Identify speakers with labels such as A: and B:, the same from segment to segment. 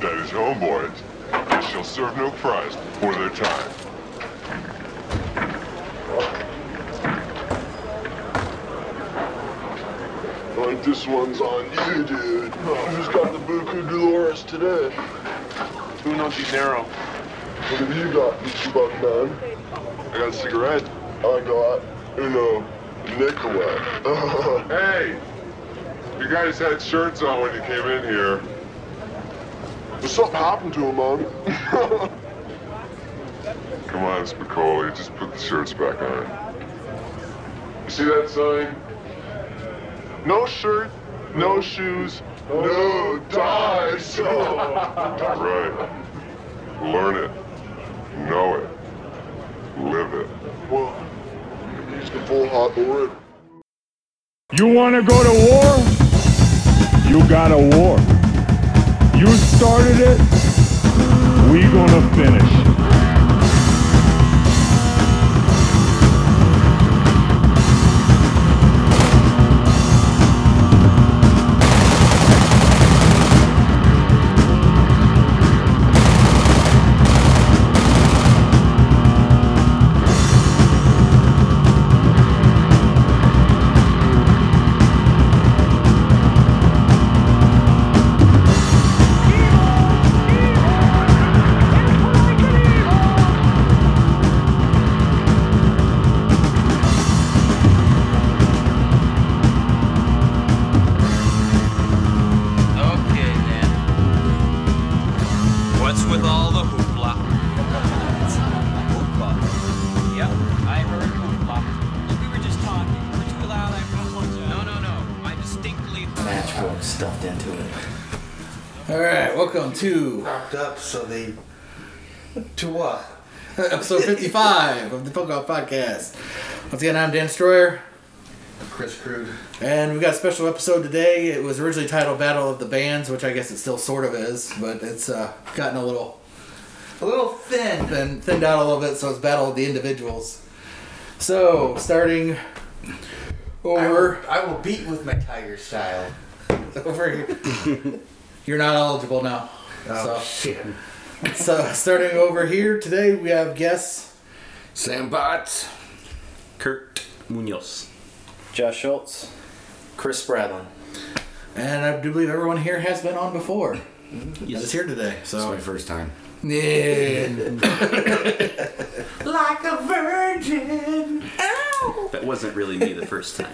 A: such homeboys, they shall serve no price for their time.
B: Like this one's on you, dude. Who's got the Buku Dolores today?
A: Who knows you narrow?
B: What have you got, Peachy Buck Man?
A: I got a cigarette.
B: I got, you know, Nicolette.
A: Hey, you guys had shirts on when you came in here.
B: What's up happened to him, man?
A: Come on, Spicoli, just put the shirts back on. You see that sign? No shirt, no shoes, no ties. right. Learn it, know it, live it.
B: Well, he's the full hot orb.
C: You want to go to war? You got a war. You started it. We gonna finish.
D: Okay then. What's with all the hoopla?
E: Hoopla. Yep, I heard hoopla.
D: We were just talking.
E: We're too loud, I apologize.
D: No, no, no. I distinctly.
F: Matchfork stuffed into it.
G: All right, welcome to
F: Wrapped up so they.
G: to what episode fifty-five of the Punk Off Podcast. Once again, I'm Dan Stroyer,
F: Chris Crude.
G: and we got a special episode today. It was originally titled "Battle of the Bands," which I guess it still sort of is, but it's uh, gotten a little
F: A little thin.
G: been thinned out a little bit, so it's Battle of the Individuals. So starting
F: I will,
G: over,
F: I will beat with my tiger style.
G: over here. You're not eligible now.
F: Oh, shit.
G: So, so starting over here today, we have guests.
H: Sambots. Kurt Munoz.
I: Josh Schultz, Chris Bradlin.
G: And I do believe everyone here has been on before. That is here today.
H: Mm-hmm. It's
G: So
H: my first time.
G: yeah,
F: Like a virgin.
H: That wasn't really me the first time.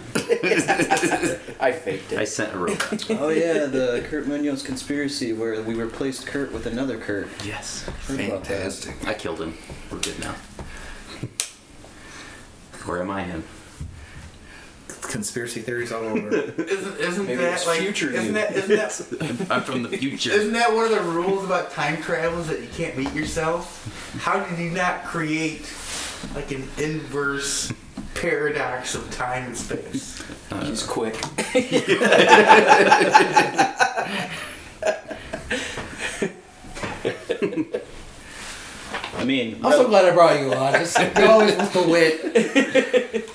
I: I faked
H: I
I: it.
H: sent a robot.
I: oh yeah, the Kurt Munoz conspiracy where we replaced Kurt with another Kurt.
H: Yes.
I: Heard about that.
F: Fantastic.
H: I killed him. We're good now. Where am I in?
G: conspiracy theories all over.
F: Isn't, isn't
I: Maybe
F: that
I: it's
F: like
I: future
F: isn't
I: you.
F: that isn't that
H: I'm from the future.
F: isn't that one of the rules about time travel is that you can't beat yourself? How did you not create like an inverse paradox of time and space?
I: He's quick. I mean,
H: Oh,
G: I'm so glad I brought you on. Just you always with the wit.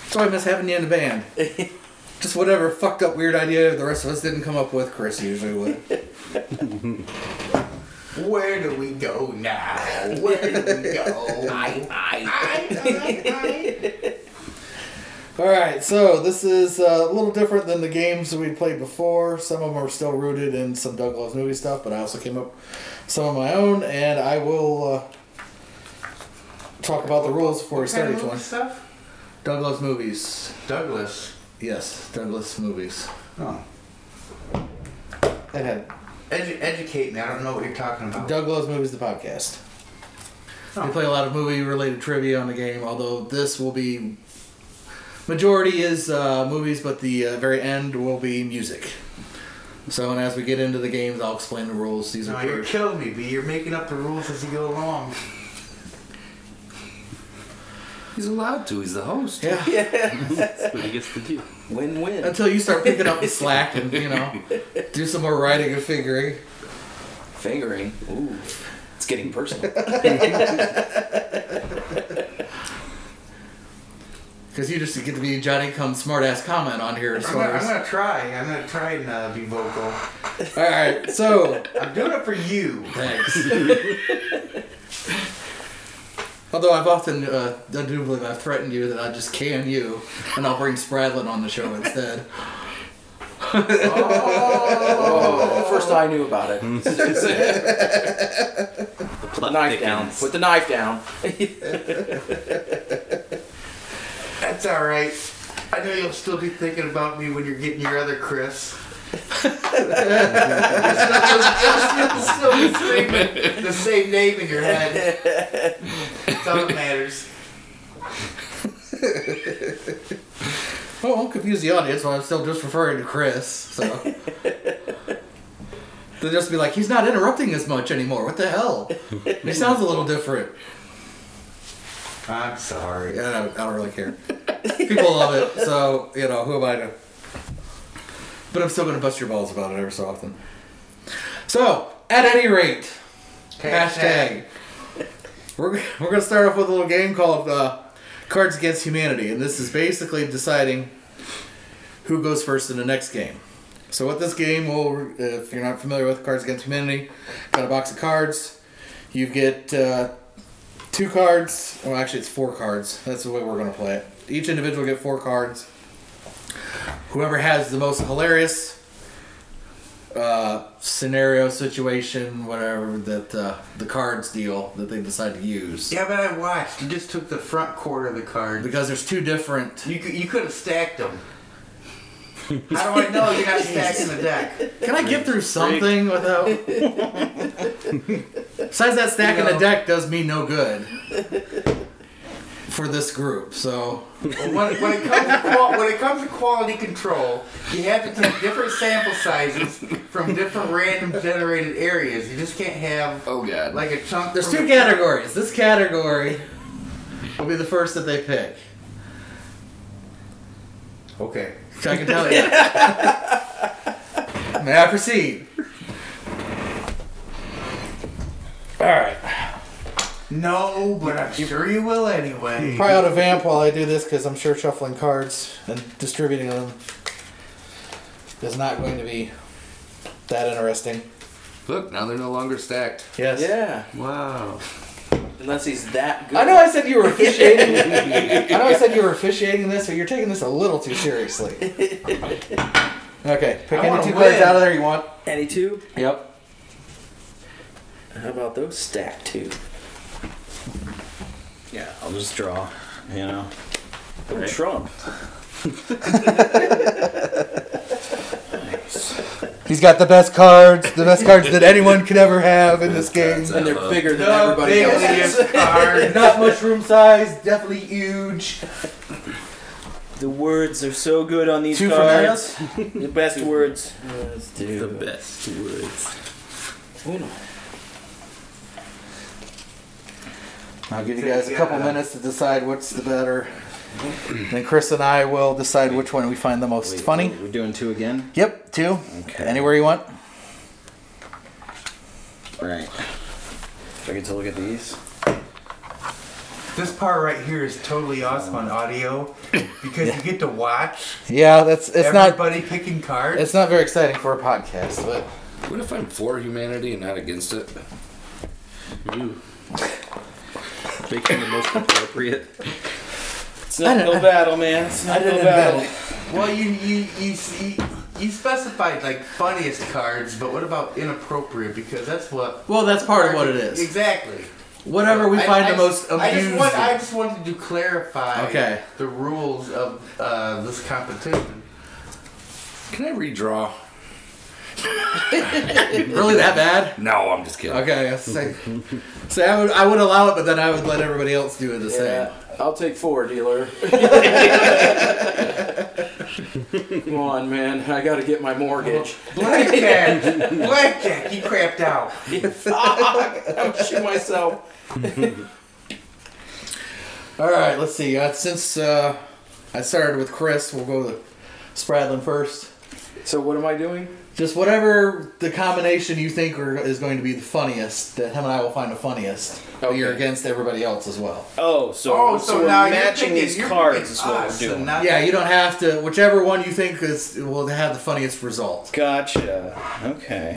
G: That's why I miss having you in the band. Just whatever fucked up weird idea the rest of us didn't come up with, Chris usually would.
F: Where do we go now? Where do we go? I, I, I, I.
G: All right, so this is uh, a little different than the games we played before. Some of them are still rooted in some Doug Loves movie stuff, but I also came up with some of my own, and I will uh, talk about the rules before we start each one.
F: Stuff?
G: Doug Loves movies.
F: Douglas.
G: Yes, Douglas movies.
F: Oh.
G: That had
F: Edu- educate me. I don't know what you're talking about.
G: Doug Loves Movies, the podcast.
F: Oh.
G: We play a lot of movie related trivia on the game, although this will be. Majority is uh, movies, but the uh, very end will be music. So, and as we get into the games, I'll explain the rules. These
F: no,
G: are
F: you're
G: for
F: killing me, B. You're making up the rules as you go along.
H: He's allowed to. He's the host.
G: Yeah.
H: That's what he gets to do.
I: win-win.
G: Until you start picking up the slack and, you know, do some more writing and figuring.
I: Fingering. Ooh, it's getting personal.
G: Because you just get to be Johnny come smart ass comment on here as
F: I'm
G: far
F: gonna, I'm
G: as.
F: gonna try. I'm gonna try and uh, be vocal.
G: All right, so
F: I'm doing it for you.
G: thanks. Although I've often, uh, I do believe I've threatened you that I just can you, and I'll bring Spradlin on the show instead.
J: Oh, first I knew about it. Put the knife down.
H: thickens.
J: Put the knife down.
F: That's all right. I know you'll still be thinking about me when you're getting your other Chris. you'll still, you'll still be screaming the same name in your head. That's all that matters.
G: Well, won't confuse the audience when Oh, I'm still just referring to Chris, so. They'll just be like, he's not interrupting as much anymore. What the hell? He sounds a little different.
F: I'm sorry.
G: Yeah, I don't, I don't really care. People love it, so you know who am I to? But I'm still going to bust your balls about it every so often. So, at any rate, hashtag. We're we're going to start off with a little game called uh, Cards Against Humanity, and this is basically deciding who goes first in the next game. So, what this game will, if you're not familiar with Cards Against Humanity, got a box of cards. You get uh, two cards. Well, actually, it's four cards. That's the way we're gonna play it. Each individual get four cards. Whoever has the most hilarious uh, scenario, situation, whatever that uh, the cards deal that they decide to use.
F: Yeah, but I watched. You just took the front quarter of the card.
G: Because there's two different.
F: You could, you could have stacked them. How do I know you're not stacking the deck?
G: Can I get through something without? Besides that, stack in
F: know.
G: the deck does me no good for this group. So
F: Well, when, when, it comes to qual- when it comes to quality control, you have to take different sample sizes from different random generated areas. You just can't have
J: Oh god.
F: like a chunk.
G: There's
F: from
G: two
F: the-
G: categories. This category will be the first that they pick.
F: Okay.
G: So I can tell you. May I proceed? All right.
F: No, but I'm sure you will anyway.
G: Probably out of vamp while I do this because I'm sure shuffling cards and distributing them is not going to be that interesting.
H: Look, now they're no longer stacked.
G: Yes.
J: Yeah.
H: Wow.
J: Unless he's that good.
G: I know I said you were officiating. I know I said you were officiating this, but you're taking this a little too seriously. Okay, pick
F: I
G: any
F: wanna
G: two cards
F: win.
G: out of there you want.
J: Any two?
G: Yep.
J: How about those stacked two?
I: Yeah, I'll just draw. You know.
J: Oh, Trump.
G: He's got the best cards, the best cards that anyone could ever have in this game.
J: And
I: Uh-huh.
J: they're bigger than
F: The
J: everybody else.
F: biggest card.
G: Not mushroom size, definitely huge.
J: The words are so good on these
G: Two for
J: cards. the best words.
H: The best words.
G: I'll give you guys a couple minutes to decide what's the better. Then Chris and I will decide which one we find the most funny.
I: We're doing two again.
G: Yep, two.
I: Okay.
G: Anywhere you want.
I: Right. So I get to look at these.
F: This part right here is totally awesome on audio because you get to watch
G: Yeah, that's it's not
F: everybody picking cards.
G: it's not very exciting for a podcast, but
H: What if I'm for humanity and not against it? Ooh. Making the most appropriate.
J: It's not no battle, man. It's not no battle.
F: Well, you you you see. You specified like funniest cards, but what about inappropriate? Because that's what
G: Well, that's part of what it is.
F: exactly.
G: Whatever we
F: I-
G: find
F: I
G: the
F: just-
G: most
F: I just, want, I
G: amusing.
F: just wanted to clarify
G: Okay.
F: the rules of uh, this competition.
H: Can I redraw?
G: Really that bad?
H: No, I'm just kidding.
G: Okay, I say, say I would I would allow it, but then I would let everybody else do it the same.
J: Yeah. I'll take four, dealer. Come on, man. I gotta get my mortgage.
K: Uh-huh.
F: Blackjack, blackjack, you crapped out.
J: I'm shoot myself.
G: All right, let's see. Uh, since uh, I started with Chris, we'll go to Spradlin first.
J: So what am I doing?
G: Just whatever the combination you think are, is going to be the funniest, that him and I will find the funniest. But you're against everybody else as well.
K: Oh, so,
G: Oh,
K: so,
G: so
K: we're
G: now you're
K: matching
G: thinking-
K: these
G: you're
K: cards
G: thinking ah,
K: is what
G: us
K: we're doing.
G: and not- yeah, you don't have to. Whichever one you think is will have the funniest result.
K: Gotcha. Okay.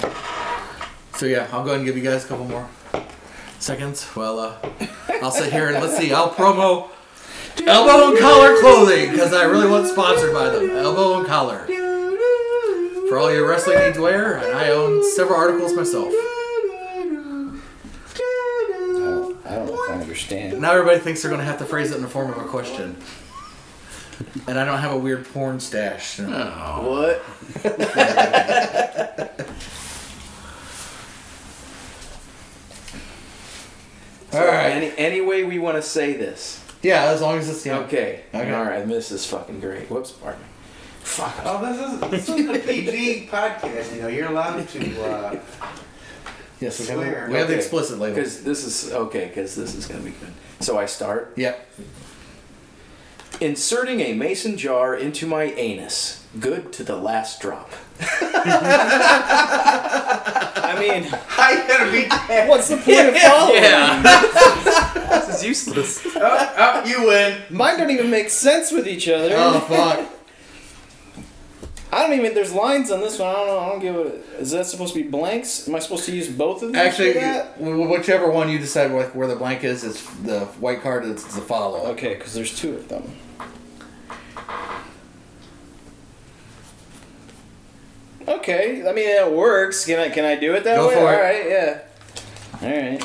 G: So yeah, I'll go ahead and give you guys a couple more seconds. Well, uh, I'll sit here and let's see. I'll promo elbow and collar clothing because I really want sponsored by them. Elbow and collar for all your wrestling needs wear, and I own several articles myself.
K: I don't know if I understand.
G: Now everybody thinks they're gonna have to phrase it in the form of a question. And I don't have a weird porn stash.
K: What?
J: So
G: All right.
J: Any, any way we want to say this.
G: Yeah, as long as it's yeah.
J: Okay.
G: Okay.
J: All right. This is fucking great. Whoops, pardon me. Fuck.
F: Oh, this is this is a PG podcast. You know, you're allowed to. Uh,
G: Yes, we have,
F: swear.
G: we have the explicit label.
J: Because this is okay. Because this is gonna be good. So I start.
G: Yep.
J: Inserting a mason jar into my anus. Good to the last drop.
K: I mean,
F: I gotta be dead.
K: What's the point of following?
J: this is useless.
F: Oh, oh, you win.
K: Mine don't even make sense with each other.
G: Oh fuck.
K: I don't even. There's lines on this one. I don't know. I don't give a. Is that supposed to be blanks? Am I supposed to use both of them?
G: Actually,
K: for that?
G: wh- whichever one you decide like where the blank is, it's the white card is the follow.
K: Okay, because there's two of them. Okay, I mean it works. Can I can I do it that
G: Go
K: way?
G: for it.
K: All right, yeah. All right.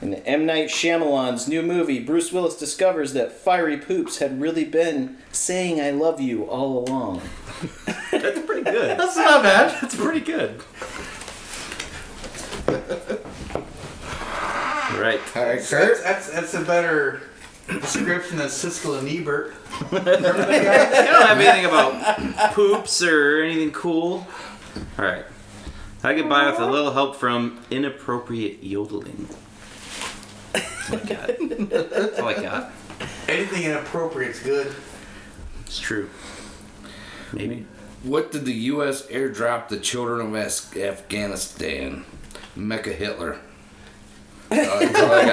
K: In M Night Shyamalan's new movie, Bruce Willis discovers that fiery poops had really been saying "I love you" all along.
H: That's pretty good.
G: That's not bad.
H: That's pretty good. right.
G: All right,
F: That's,
G: Kurt.
F: that's that's a better description than Siskel and Ebert.
H: I don't have anything about poops or anything cool. All right. I get by with a little help from inappropriate yodeling. That's all I got. That's all I got.
F: Anything inappropriate's good.
H: It's true. Maybe.
B: What did the U.S. airdrop the children of As- Afghanistan? Mecca Hitler. Uh, that's all I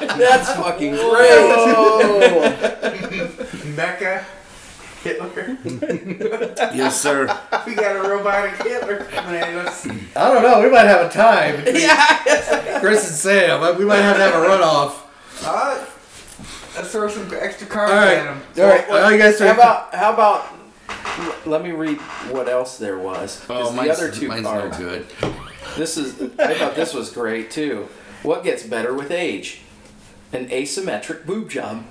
B: got.
J: That's fucking great.
F: Mecca, Hitler.
B: yes, sir.
F: We got a robotic Hitler coming at us.
G: I don't know. We might have a time. yeah. Chris and Sam. We might have to have a runoff.
F: Uh, let's throw some extra cards
G: All right.
F: at him.
G: All right. All you guys
J: How
G: are.
J: about how about? l- Let me read what else there was. 'cause
B: Oh,
J: the
B: mine's,
J: other two
B: mine's
J: cards.
B: no good.
J: This is I thought this was great too. What gets better with age? An asymmetric boob job.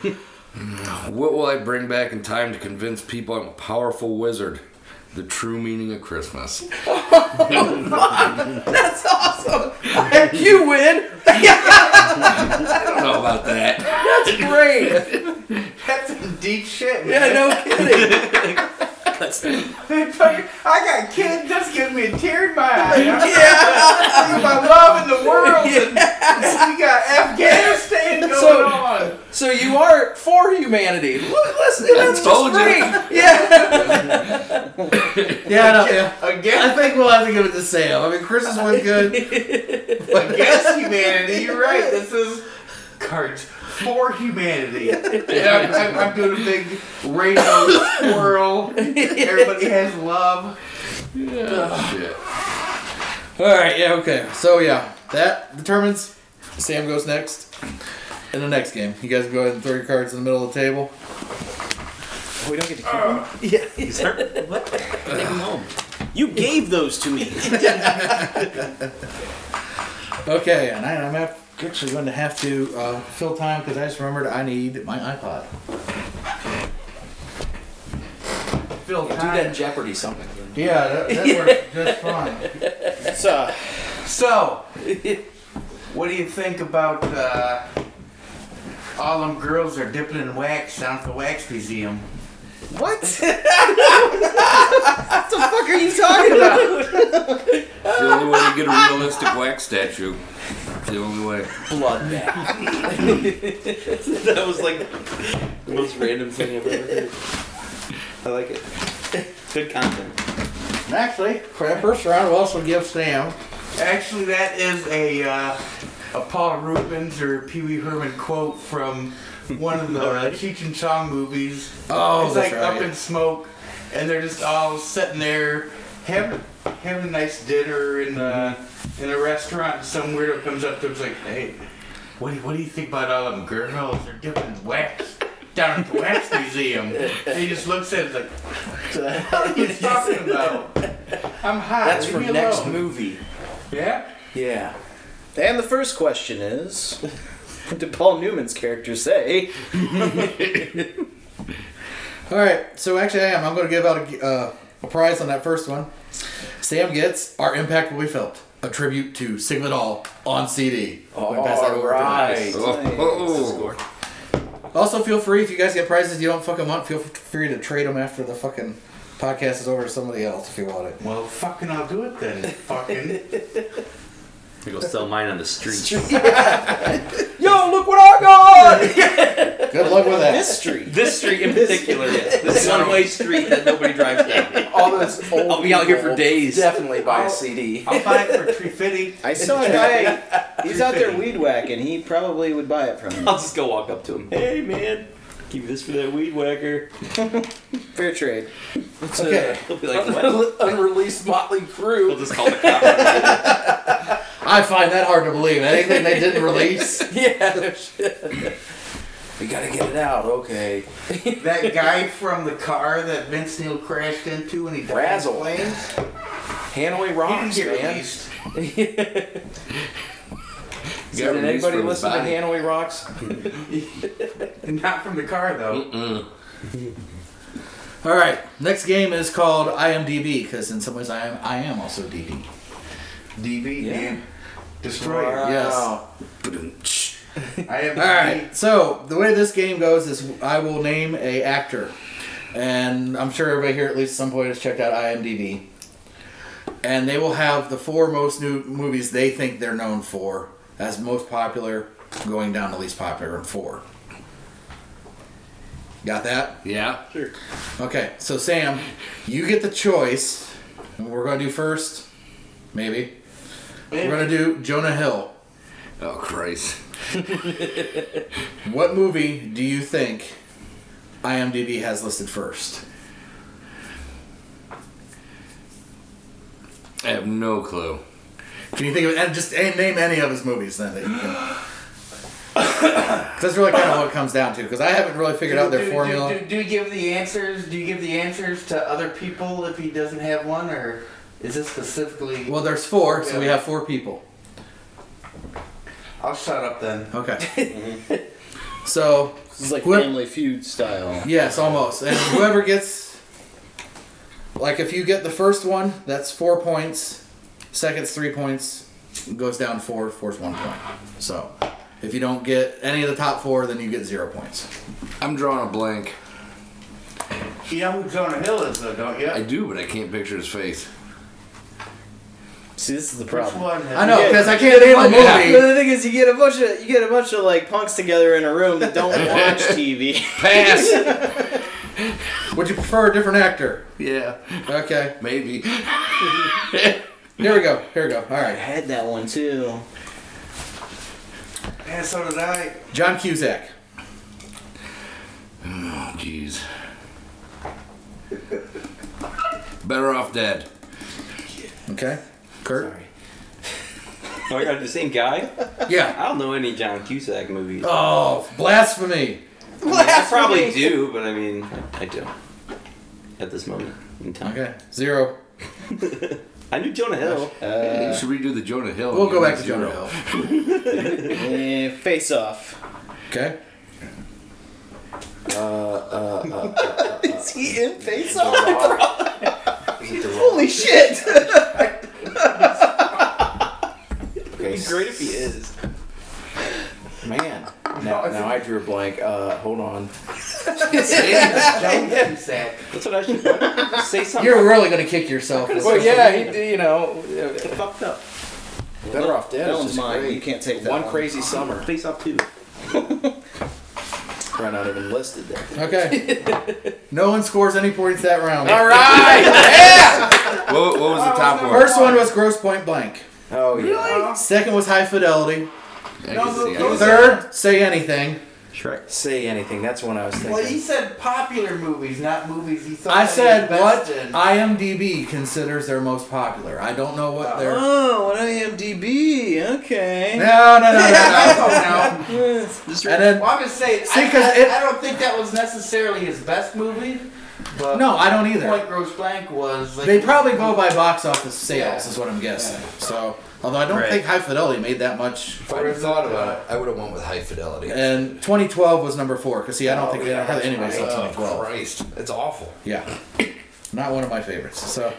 B: What will I bring back in time to convince people I'm a powerful wizard? The true meaning of Christmas.
J: That's awesome. you win.
B: I don't know about that.
J: That's great.
F: That's some deep shit,
J: Yeah,
F: man.
J: no kidding.
F: I got kids. That's giving me a tear in my eye. Yeah. my love in the world. And we got Afghanistan going
J: So-
F: on.
J: So you are for humanity. Look, listen, that's
B: told you.
J: just great. Yeah.
G: Yeah. I know, yeah. I
F: Against,
G: think we'll have to give it to Sam. I mean, Chris is one good.
F: against humanity. You're right. This is cards for humanity. Yeah, I'm, I'm, I'm doing a big rainbow swirl. Everybody has love.
B: Shit.
G: All right. Yeah. Okay. So yeah, that determines. Sam goes next. In the next game, you guys go ahead and throw your cards in the middle of the table.
K: Oh, We don't get to keep them.
G: Uh.
K: You gave those to me.
G: Okay, and I, I'm ap- actually going to have to uh, fill time because I just remembered I need my iPod.
F: Phil,
J: Do that Jeopardy something.
G: Yeah, that, that worked just fine.
K: So,
F: So, what do you think about uh, all them girls are dipping in wax down at the wax museum?
K: what the fuck are you talking about?
B: It's the only way to get a realistic wax statue. It's the only way.
H: Bloodbath. that was like the most random thing I've ever heard. I like it. Good content.
F: Actually,
G: for that first round, we'll also give Sam.
F: Actually, that is a uh, a Paul Rubens or Pee Wee Herman quote from one of the Cheech and Chong movies.
G: Oh,
F: it's
G: that's
F: like Up
G: right.
F: in Smoke, and they're just all sitting there having having a nice dinner in uh, in a restaurant. And some weirdo comes up to him's like, "Hey, what do, what do you think about all them girls? They're dipping wax." Down at the wax museum, and he just looks at it like, "What are you talking about? I'm high.
I: That's
F: leave
I: from
F: me
I: next
F: alone."
I: movie.
F: Yeah.
I: Yeah. And the first question is What did Paul Newman's character say?
G: All right, so actually, I am. I'm going to give out a, g- uh, a prize on that first one. Sam gets Our Impact Will Be Felt, a tribute to Sing It All on CD. I'm gonna pass that over to Denise. Also, feel free if you guys get prizes you don't fucking want, feel free to trade them after the fucking podcast is over to somebody else if you want it.
F: Well, fucking, I'll do it then. Fucking.
H: I go sell mine on the street.
G: Yo, look what I got! Good luck with that.
H: This street. This street in particular, yes. This one way street that nobody drives down.
J: All those old
H: I'll be out here
J: people
H: for days.
J: Definitely buy a CD.
F: I'll buy it for three fifty.
K: I saw a guy. He's out there weed whacking. He probably would buy it from you.
H: I'll just go walk up to him. Hey, man. Give me this for that weed whacker.
K: Fair trade.
G: Okay.
H: He'll be like, what?
J: Unreleased Motley Crue.
H: He'll just call the cop.
G: I find that hard to believe. Anything they didn't release.
J: yeah. we gotta get it out. Okay.
F: That guy from the car that Vince Neil crashed into when he died
J: Razzle.
F: in flames.
J: Hanaway rocks,
F: He didn't get
J: man.
F: released.
J: So did anybody listen to
B: him?
J: Hanaway rocks?
F: Not from the car though.
G: All right. Next game is called IMDb because in some ways I am I am also DB.
F: DB
J: Yeah.
F: and Destroyer.
G: Yes.
F: I am.
G: All right. So the way this game goes is I will name a actor, and I'm sure everybody here at least at some point has checked out IMDb, and they will have the four most new movies they think they're known for as most popular, going down to least popular and four. Got that?
B: Yeah.
G: Okay, so Sam, you get the choice. And we're going to do first, maybe. We're going to do Jonah Hill.
B: Oh Christ.
G: What movie do you think IMDb has listed first?
B: I have no clue.
G: Can you think of and just and name any of his movies then? That you can. 'Cause that's really kind of what it comes down to. Because I haven't really figured out
F: Do-
G: their
F: do-
G: formula.
F: Do, do, you give the answers? Do you give the answers to other people if he doesn't have one, or is this specifically?
G: Well, there's four, so we have four people.
F: I'll shut up then.
G: Okay. So
K: This is like
G: Whoever-
K: Family Feud style.
G: Yes, almost. And whoever gets, like, if you get the first one, that's four points. Second's three points, goes down four. Four's one point. So, if you don't get any of the top four, then you get zero points.
B: I'm drawing a blank.
F: You know who Jonah Hill is though, don't you?
B: I do, but I can't picture his face.
K: See, this is the
F: Which
K: problem.
F: one?
G: I know
K: Yeah.
G: because I can't name a movie.
K: But the thing is, you get a bunch of you get a bunch of like punks together in a room that don't watch TV.
B: Pass.
G: Would you prefer a different actor?
B: yeah.
G: Okay.
B: Maybe.
G: Here we go. Here we go. All
K: I
G: right.
K: had that one too.
F: And so did I.
G: John Cusack.
B: Oh jeez. Better off dead.
G: Okay. Kurt.
H: Oh, I got the same guy?
G: Yeah.
H: I don't know any John Cusack movies.
G: Oh, blasphemy.
H: I, mean, I probably do, but I mean, I don't. At this moment in time.
G: Okay. Zero.
H: I knew Jonah Hill.
B: Hey, should we do the Jonah Hill?
G: We'll go
B: Give
G: back
B: him
G: to Jonah
B: zero.
G: Hill.
K: Eh, face off.
G: Okay.
K: Is he in face off? Holy shit!
J: Okay.
H: Great if he is.
J: Man. Now, now I drew a blank. Uh, hold on. That's what I should do. say. Something.
G: You're really gonna kick yourself.
J: Well, yeah, he, d- you know, uh,
H: fucked up.
J: better off dead.
H: That
J: is
H: one's
J: just
H: mine.
J: great.
H: You can't take that
J: One
H: one.
J: crazy summer.
H: Face off two.
J: Probably not even listed there.
G: Okay. no one scores any points that round. All
J: right.
B: What, what was the top one?
G: First one was gross point blank.
J: Oh yeah.
G: Second was high fidelity.
B: I can see it.
G: Third, say anything.
H: Shrek.
J: Say anything. That's one I was thinking.
F: Well, he said popular movies, not movies he saw.
G: I said what
F: In.
G: IMDb considers their most popular. I don't know what their. No,
K: Oh, an IMDb. Okay.
G: no, no, no,
F: I
G: no.
F: don't know.
K: Just
G: And then
F: Well, I'm just saying.
G: See,
F: I,
G: 'cause
F: I,
G: it-
F: I don't think that was necessarily his best movie. But
G: no, I don't either.
F: Point Gross Blank was. Like,
G: They probably go by box office sales,
F: Yeah.
G: is what I'm guessing. So, although I don't
H: Right.
G: think High Fidelity made that much.
L: If I would have thought about it, I would have went with high fidelity.
G: And 2012 was number four because see, I don't think they don't have any
L: Anyway,
G: based on
L: oh,
G: 2012.
L: Christ, it's awful.
G: Yeah. Not one of my favorites. So,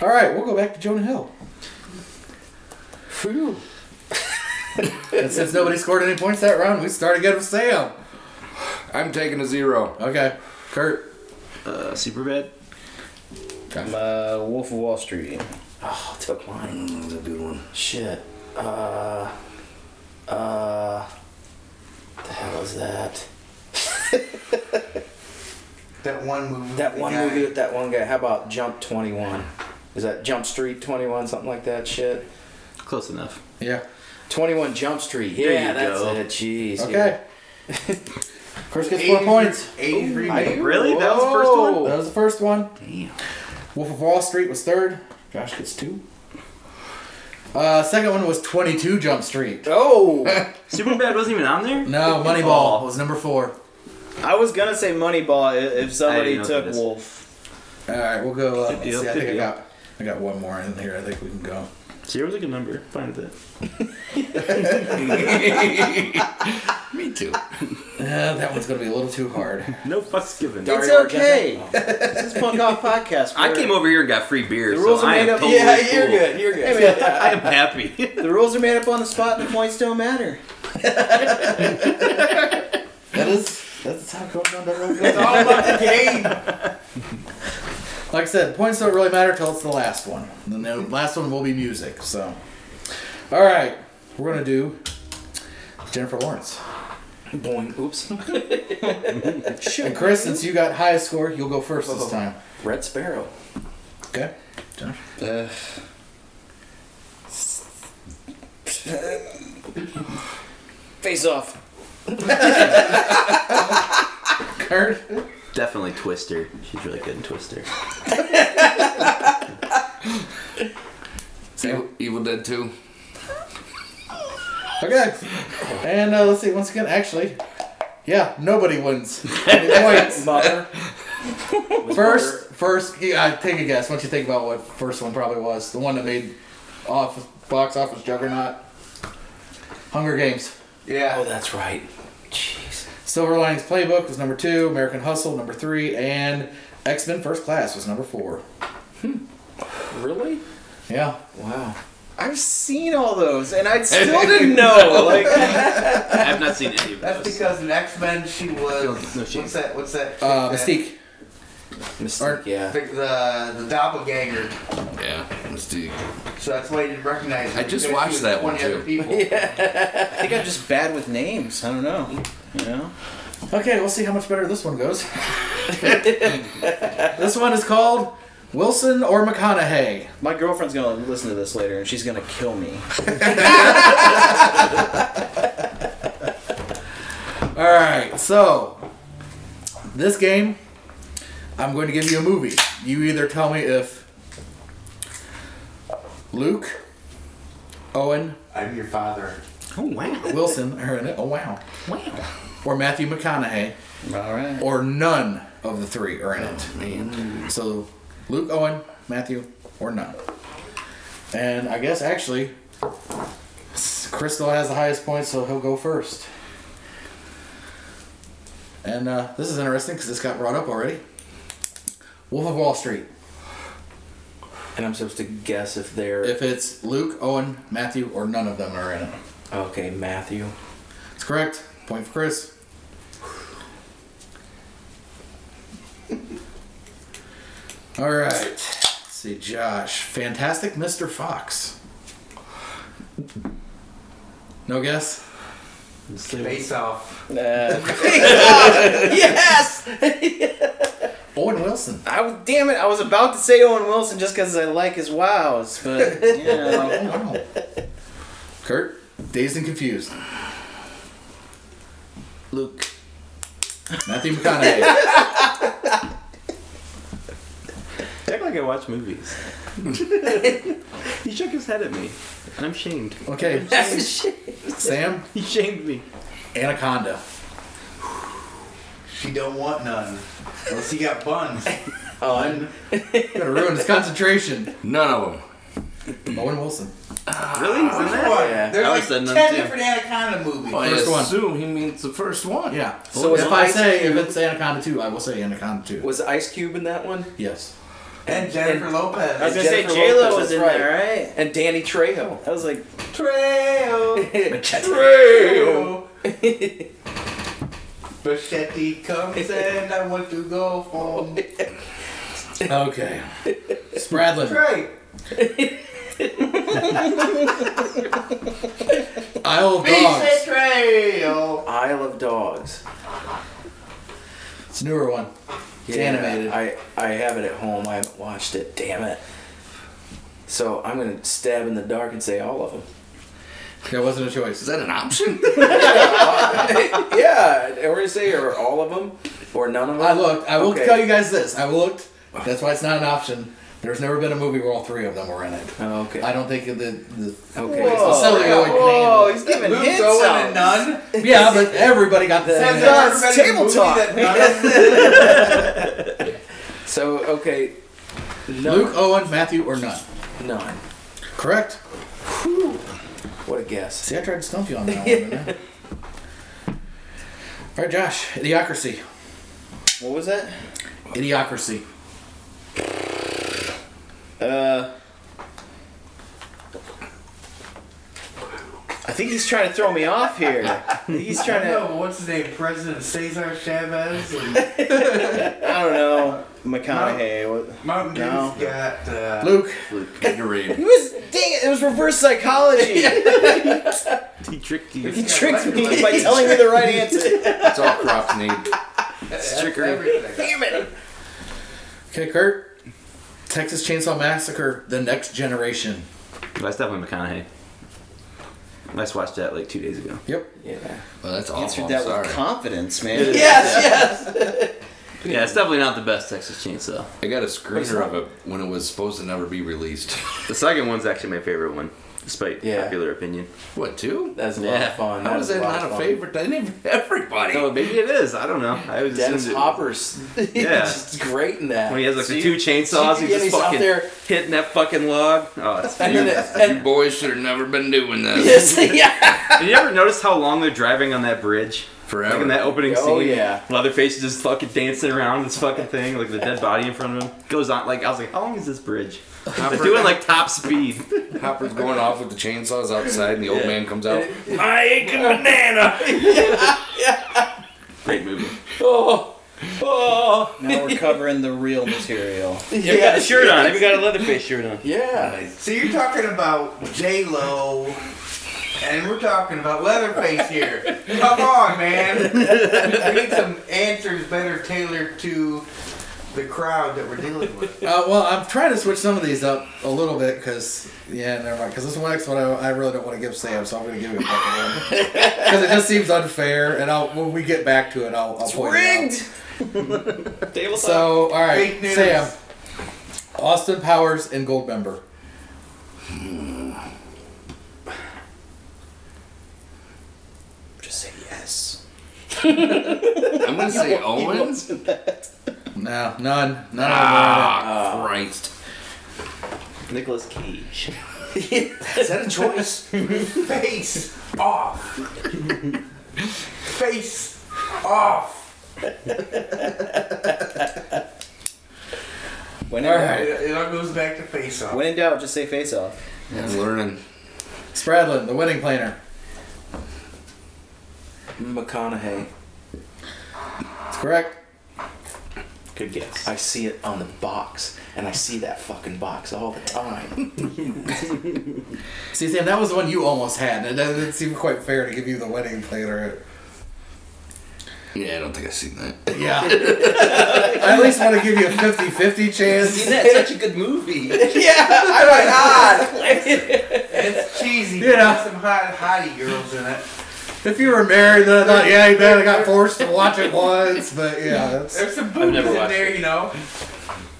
G: all right, we'll go back to Jonah Hill. And since nobody scored any points that round, we start again with Sam.
B: I'm taking a zero.
G: Okay, Kurt.
H: Uh, Superbad.
K: Uh, Wolf of Wall Street.
J: Oh, it took mine.
B: Mm, That's a good one.
J: Shit. Uh. Uh. What the hell is that?
F: that one movie.
J: That one
F: guy.
J: movie with that one guy. How about Jump Twenty One? Is that Jump Street Twenty One? Something like that. Shit.
H: Close enough.
G: Yeah.
J: Twenty One Jump Street. Here
H: There
J: you
H: you
J: that's
H: go.
J: it. Jeez.
G: Okay. Kurt gets four points.
F: Eighty three.
H: I- really? That was the first one?
G: That was the first one.
H: Damn.
G: Wolf of Wall Street was third. Josh gets two. Uh, second one was 22 Jump Street.
J: Oh.
H: Superbad wasn't even on there.
G: No, Moneyball was number four.
K: I was gonna say Moneyball i- if
H: I
K: somebody
H: didn't know
K: took
H: that is-
K: Wolf.
G: All right, we'll go. Uh,
H: Good deal,
G: let's see, I
H: good
G: think I
H: deal.
G: got, I got one more in here. I think we can go.
H: Zero's a good number. Fine with it.
B: Me too.
G: Uh, that one's gonna be a little too hard.
H: No fucks given.
K: It's okay.
H: Oh.
K: this is Punk Off Podcast.
H: I came over here and got free beer.
K: The rules
H: so
K: are
H: I am
K: made up-
H: Totally
J: yeah,
H: cool.
J: you're good. You're
K: Hey,
J: good.
K: man,
H: I am happy.
K: the rules are made up on the spot, and the points don't matter.
G: That is that's how it goes on that road.
F: It's all about the game.
G: Like I said, points don't really matter till it's the last one. And the last one will be music. So, all right, we're gonna do Jennifer Lawrence.
J: Boing. Oops.
G: And Chris, since you got highest score, you'll go first this time.
J: Red Sparrow.
G: Okay. Josh.
K: Uh, face off.
G: Kurt.
H: Definitely Twister. She's really good in Twister.
B: Evil, Evil Dead 2.
G: Okay. And uh, let's see. Once again, actually, yeah, nobody wins. Any points.
J: Mother.
G: First, first, yeah, I take a guess. Once you think about what first one probably was, the one that made off box office juggernaut, Hunger Games,
J: Oh,
F: Yeah.
J: that's right. Jeez.
G: Silver Linings Playbook was number two, American Hustle number three, and X Men First Class was number four.
J: Really?
G: Yeah,
J: Wow.
K: I've seen all those, and I still didn't know. Like,
H: I have not seen any of
F: That's
H: those.
F: because in X Men she was.
H: No shame.
F: what's that? What's that? chick
G: uh,
F: that-
G: Mystique.
J: Mistake. Yeah.
F: The, the the doppelganger.
B: Yeah, Mystique.
F: So that's why you didn't recognize her.
B: I just
F: because she
B: watched
F: was
B: that one,
F: 20 other
B: too.
F: people.
K: I think I'm just bad with names. I don't know. You know?
G: Okay, we'll see how much better this one goes. this one is called Wilson or McConaughey.
K: My girlfriend's gonna listen to this later, and she's gonna kill me.
G: All right, so this game, I'm going to give you a movie. You either tell me if Luke, Owen,
F: I'm your father.
H: Oh wow.
G: Wilson are in it. Oh wow!
H: Wow.
G: Or Matthew McConaughey,
K: All right.
G: or none of the three are in it. So Luke, Owen, Matthew, or none. And I guess actually, Crystal has the highest points, so he'll go first. And uh, this is interesting because this got brought up already. Wolf of Wall Street.
J: And I'm supposed to guess if they're
G: If it's Luke, Owen, Matthew, or none of them are in it.
J: okay. Matthew.
G: It's correct. Point for Chris. All right. Let's see, Josh. Fantastic Mr. Fox. No guess?
F: Face off.
K: yes.
G: Owen Wilson.
K: I was, damn it! I was about to say Owen Wilson just because I like his wows, but you know.
G: Oh, Kurt? Dazed and confused. Luke. Matthew McConaughey.
H: Act like I watch movies. he shook his head at me, and I'm shamed.
G: Okay. Sam?
H: He shamed me.
G: Anaconda.
F: She don't want none. Unless he got buns.
G: Oh,
F: Un.
G: Gonna ruin his concentration.
B: None of
G: them. Owen Wilson.
H: Really? He's in
F: Which
H: that?
F: one?
H: Yeah.
F: There's
H: I was
F: like
H: in them
F: ten
H: too.
F: different Anaconda movies.
B: Well,
G: First
B: I
G: one.
B: assume he means the first one. Oh,
G: Yeah. So
B: So
G: if
B: it's
G: I
B: Ice
G: say if it's Anaconda 2, I will say Anaconda 2.
J: Was Ice Cube in that one?
G: Yes.
F: And Jennifer Lopez.
K: I was gonna say
J: Jennifer
K: J Lo
J: Lopez,
K: was
J: that's
K: in
J: right.
K: there, right?
J: And Danny Trejo.
K: I was like,
F: Trejo.
K: Trejo.
F: Machete comes and I want to go home.
G: Okay. Spradlin.
F: Great.
G: Isle of Dogs.
F: Beach Trail.
J: Isle of Dogs.
G: It's a newer one. It's
J: Yeah,
G: animated.
J: I, I have it at home. I haven't watched it. Damn it. So I'm gonna stab in the dark and say all of them.
G: That wasn't a choice.
B: Is that an option?
J: yeah, we're gonna say or all of them or none of them.
G: I looked. I will
J: Okay.
G: tell you guys this. I looked. That's why it's not an option. There's never been a movie where all three of them were in it.
J: Oh, okay.
G: I don't think the the
B: Oh,
J: Okay.
G: It's
J: Whoa.
G: the silly
J: Yeah,
G: old
K: whoa, he's
F: Luke
K: giving hints
F: Owen and
K: out.
F: none.
G: name. Yeah, but everybody got the.
F: Says
G: same.
K: That's
F: everybody in the
K: table
F: movie
K: talk.
F: that none of-
J: So okay, none.
G: Luke Owen, Matthew, or none.
J: none.
G: Correct.
J: What a guess.
G: See, I tried to stump you on that one. didn't I? All right, Josh. Idiocracy.
K: what was that?
G: Idiocracy.
K: Uh, I think he's trying to throw me off here. I think He's
F: I
K: trying
F: don't
K: to.
F: know what's his name, President Cesar Chavez. And
K: I don't know. McConaughey. What?
F: Mountain Dew's
K: No.
F: got uh,
G: Luke.
K: He was. Dang it! It was reverse psychology.
H: He tricked you.
K: He tricked me by telling me the right answer.
B: It's all crops need.
F: that's
H: trickery.
F: everything.
K: Damn it!
G: Okay, Kurt. Texas Chainsaw Massacre: The Next Generation.
H: That's definitely McConaughey. I just watched that like two days ago.
G: Yep.
J: Yeah.
B: Well, that's awful.
K: Answered
B: I'm
K: that
B: sorry.
K: with confidence, man.
H: Yeah, it's definitely not the best Texas Chainsaw.
B: I got a screener of it when it was supposed to never be released.
H: The second one's actually my favorite one, despite
J: Yeah.
H: popular opinion.
B: What two?
J: That's a lot
H: Yeah.
J: of fun.
B: How is
J: was
B: that
J: a lot
B: not a
J: of fun.
B: favorite? I didn't even everybody.
H: So maybe it is. I don't know. I was
J: Dennis Hopper's
H: Yeah.
J: just great in that.
H: When he has like the
J: See?
H: two chainsaws,
J: see,
H: he's just
J: he's out
H: fucking
J: there-
H: hitting that fucking log. Oh, it's
J: And then
H: beautiful.
J: it- and-
B: You boys should have never been doing this.
H: you ever notice how long they're driving on that bridge?
B: Forever.
H: Like in that opening scene.
J: Oh, yeah.
H: Leatherface is just fucking dancing around this fucking thing, like the dead body in front of him. Goes on like I was like, how long is this bridge? They're doing like top speed.
B: Hopper's going off with the chainsaws outside, and the old man comes out.
H: I ain't a banana. Great movie.
K: Now we're covering the real material.
H: You got a shirt on. You got a Leatherface shirt on.
J: yeah.
F: So you're talking about J Lo, and we're talking about Leatherface here. Come on, man. We need some answers better tailored to the crowd that we're dealing with.
G: Uh, well, I'm trying to switch some of these up a little bit because yeah, never mind. Because this one next one, I, I really don't want to give Sam, so I'm going to give him because it just seems unfair. And I'll when we get back to it, I'll, I'll point it out.
K: Rigged.
G: So all right,
F: Fake news.
G: Sam, Austin Powers and Goldmember.
K: Just say yes.
B: I'm gonna say Owens.
G: No, none, none.
B: Ah, Christ.
H: Nicholas Cage.
F: Is that a choice? Face off. Face off.
K: When in,
G: All
K: doubt,
G: right.
F: It, it all goes back to face off.
K: when in doubt, just say face off.
B: I'm learning.
G: Spradlin, the wedding planner.
J: McConaughey.
G: It's correct.
K: Good guess.
J: I see it on the box, and I see that fucking box all the time.
G: See, Sam, that was the one you almost had, and it doesn't seem quite fair to give you the wedding planner.
B: Yeah, I don't think I've seen that.
G: Yeah. I at least want to give you a 50 50 chance.
I: See, that's such a good movie.
F: it's cheesy.
G: You know.
F: Yeah. Some hot hottie girls in it.
G: If you were married, then I thought, yeah, you bet I got forced to watch it once, but yeah. That's,
F: There's some boobies in there, you know.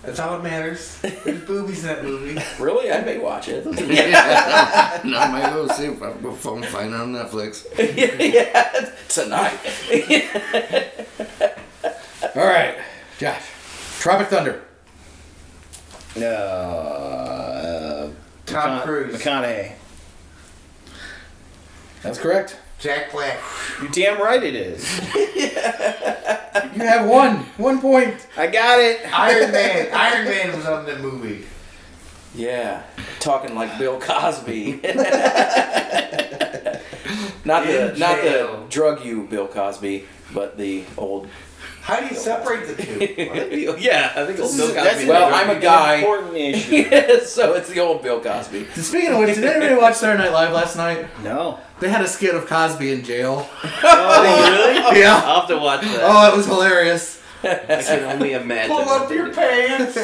F: That's all that matters. There's boobies in that movie.
J: Really? I may watch it.
B: yeah. No, I might go see if I if I'm finding it on Netflix.
I: yeah.
J: Tonight.
G: All right, Josh. Tropic Thunder.
K: Uh,
F: Tom
K: McCon-
F: Cruise.
K: McConaughey.
G: That's correct.
F: Jack Black.
K: You damn right it is.
G: You have one. One point.
K: I got it.
F: Iron Man. Iron Man was on that movie.
J: Yeah, talking like Bill Cosby. not the not the
F: In jail.
J: drug you Bill Cosby, but the old.
F: How do you separate the two? What?
J: yeah, I think it's
F: This
J: Bill
F: is-
J: Cosby.
F: that's
J: Well,
F: an-
J: I'm a
F: an
J: guy.
K: important issue.
J: Yeah, so it's the old Bill Cosby.
G: Speaking of which, did anybody watch Saturday Night Live last night?
K: No.
G: They had a skit of Cosby in jail.
K: Oh, really?
G: Yeah.
K: I'll have to watch that.
G: Oh, it was hilarious.
K: I can only imagine.
F: Pull up your pants.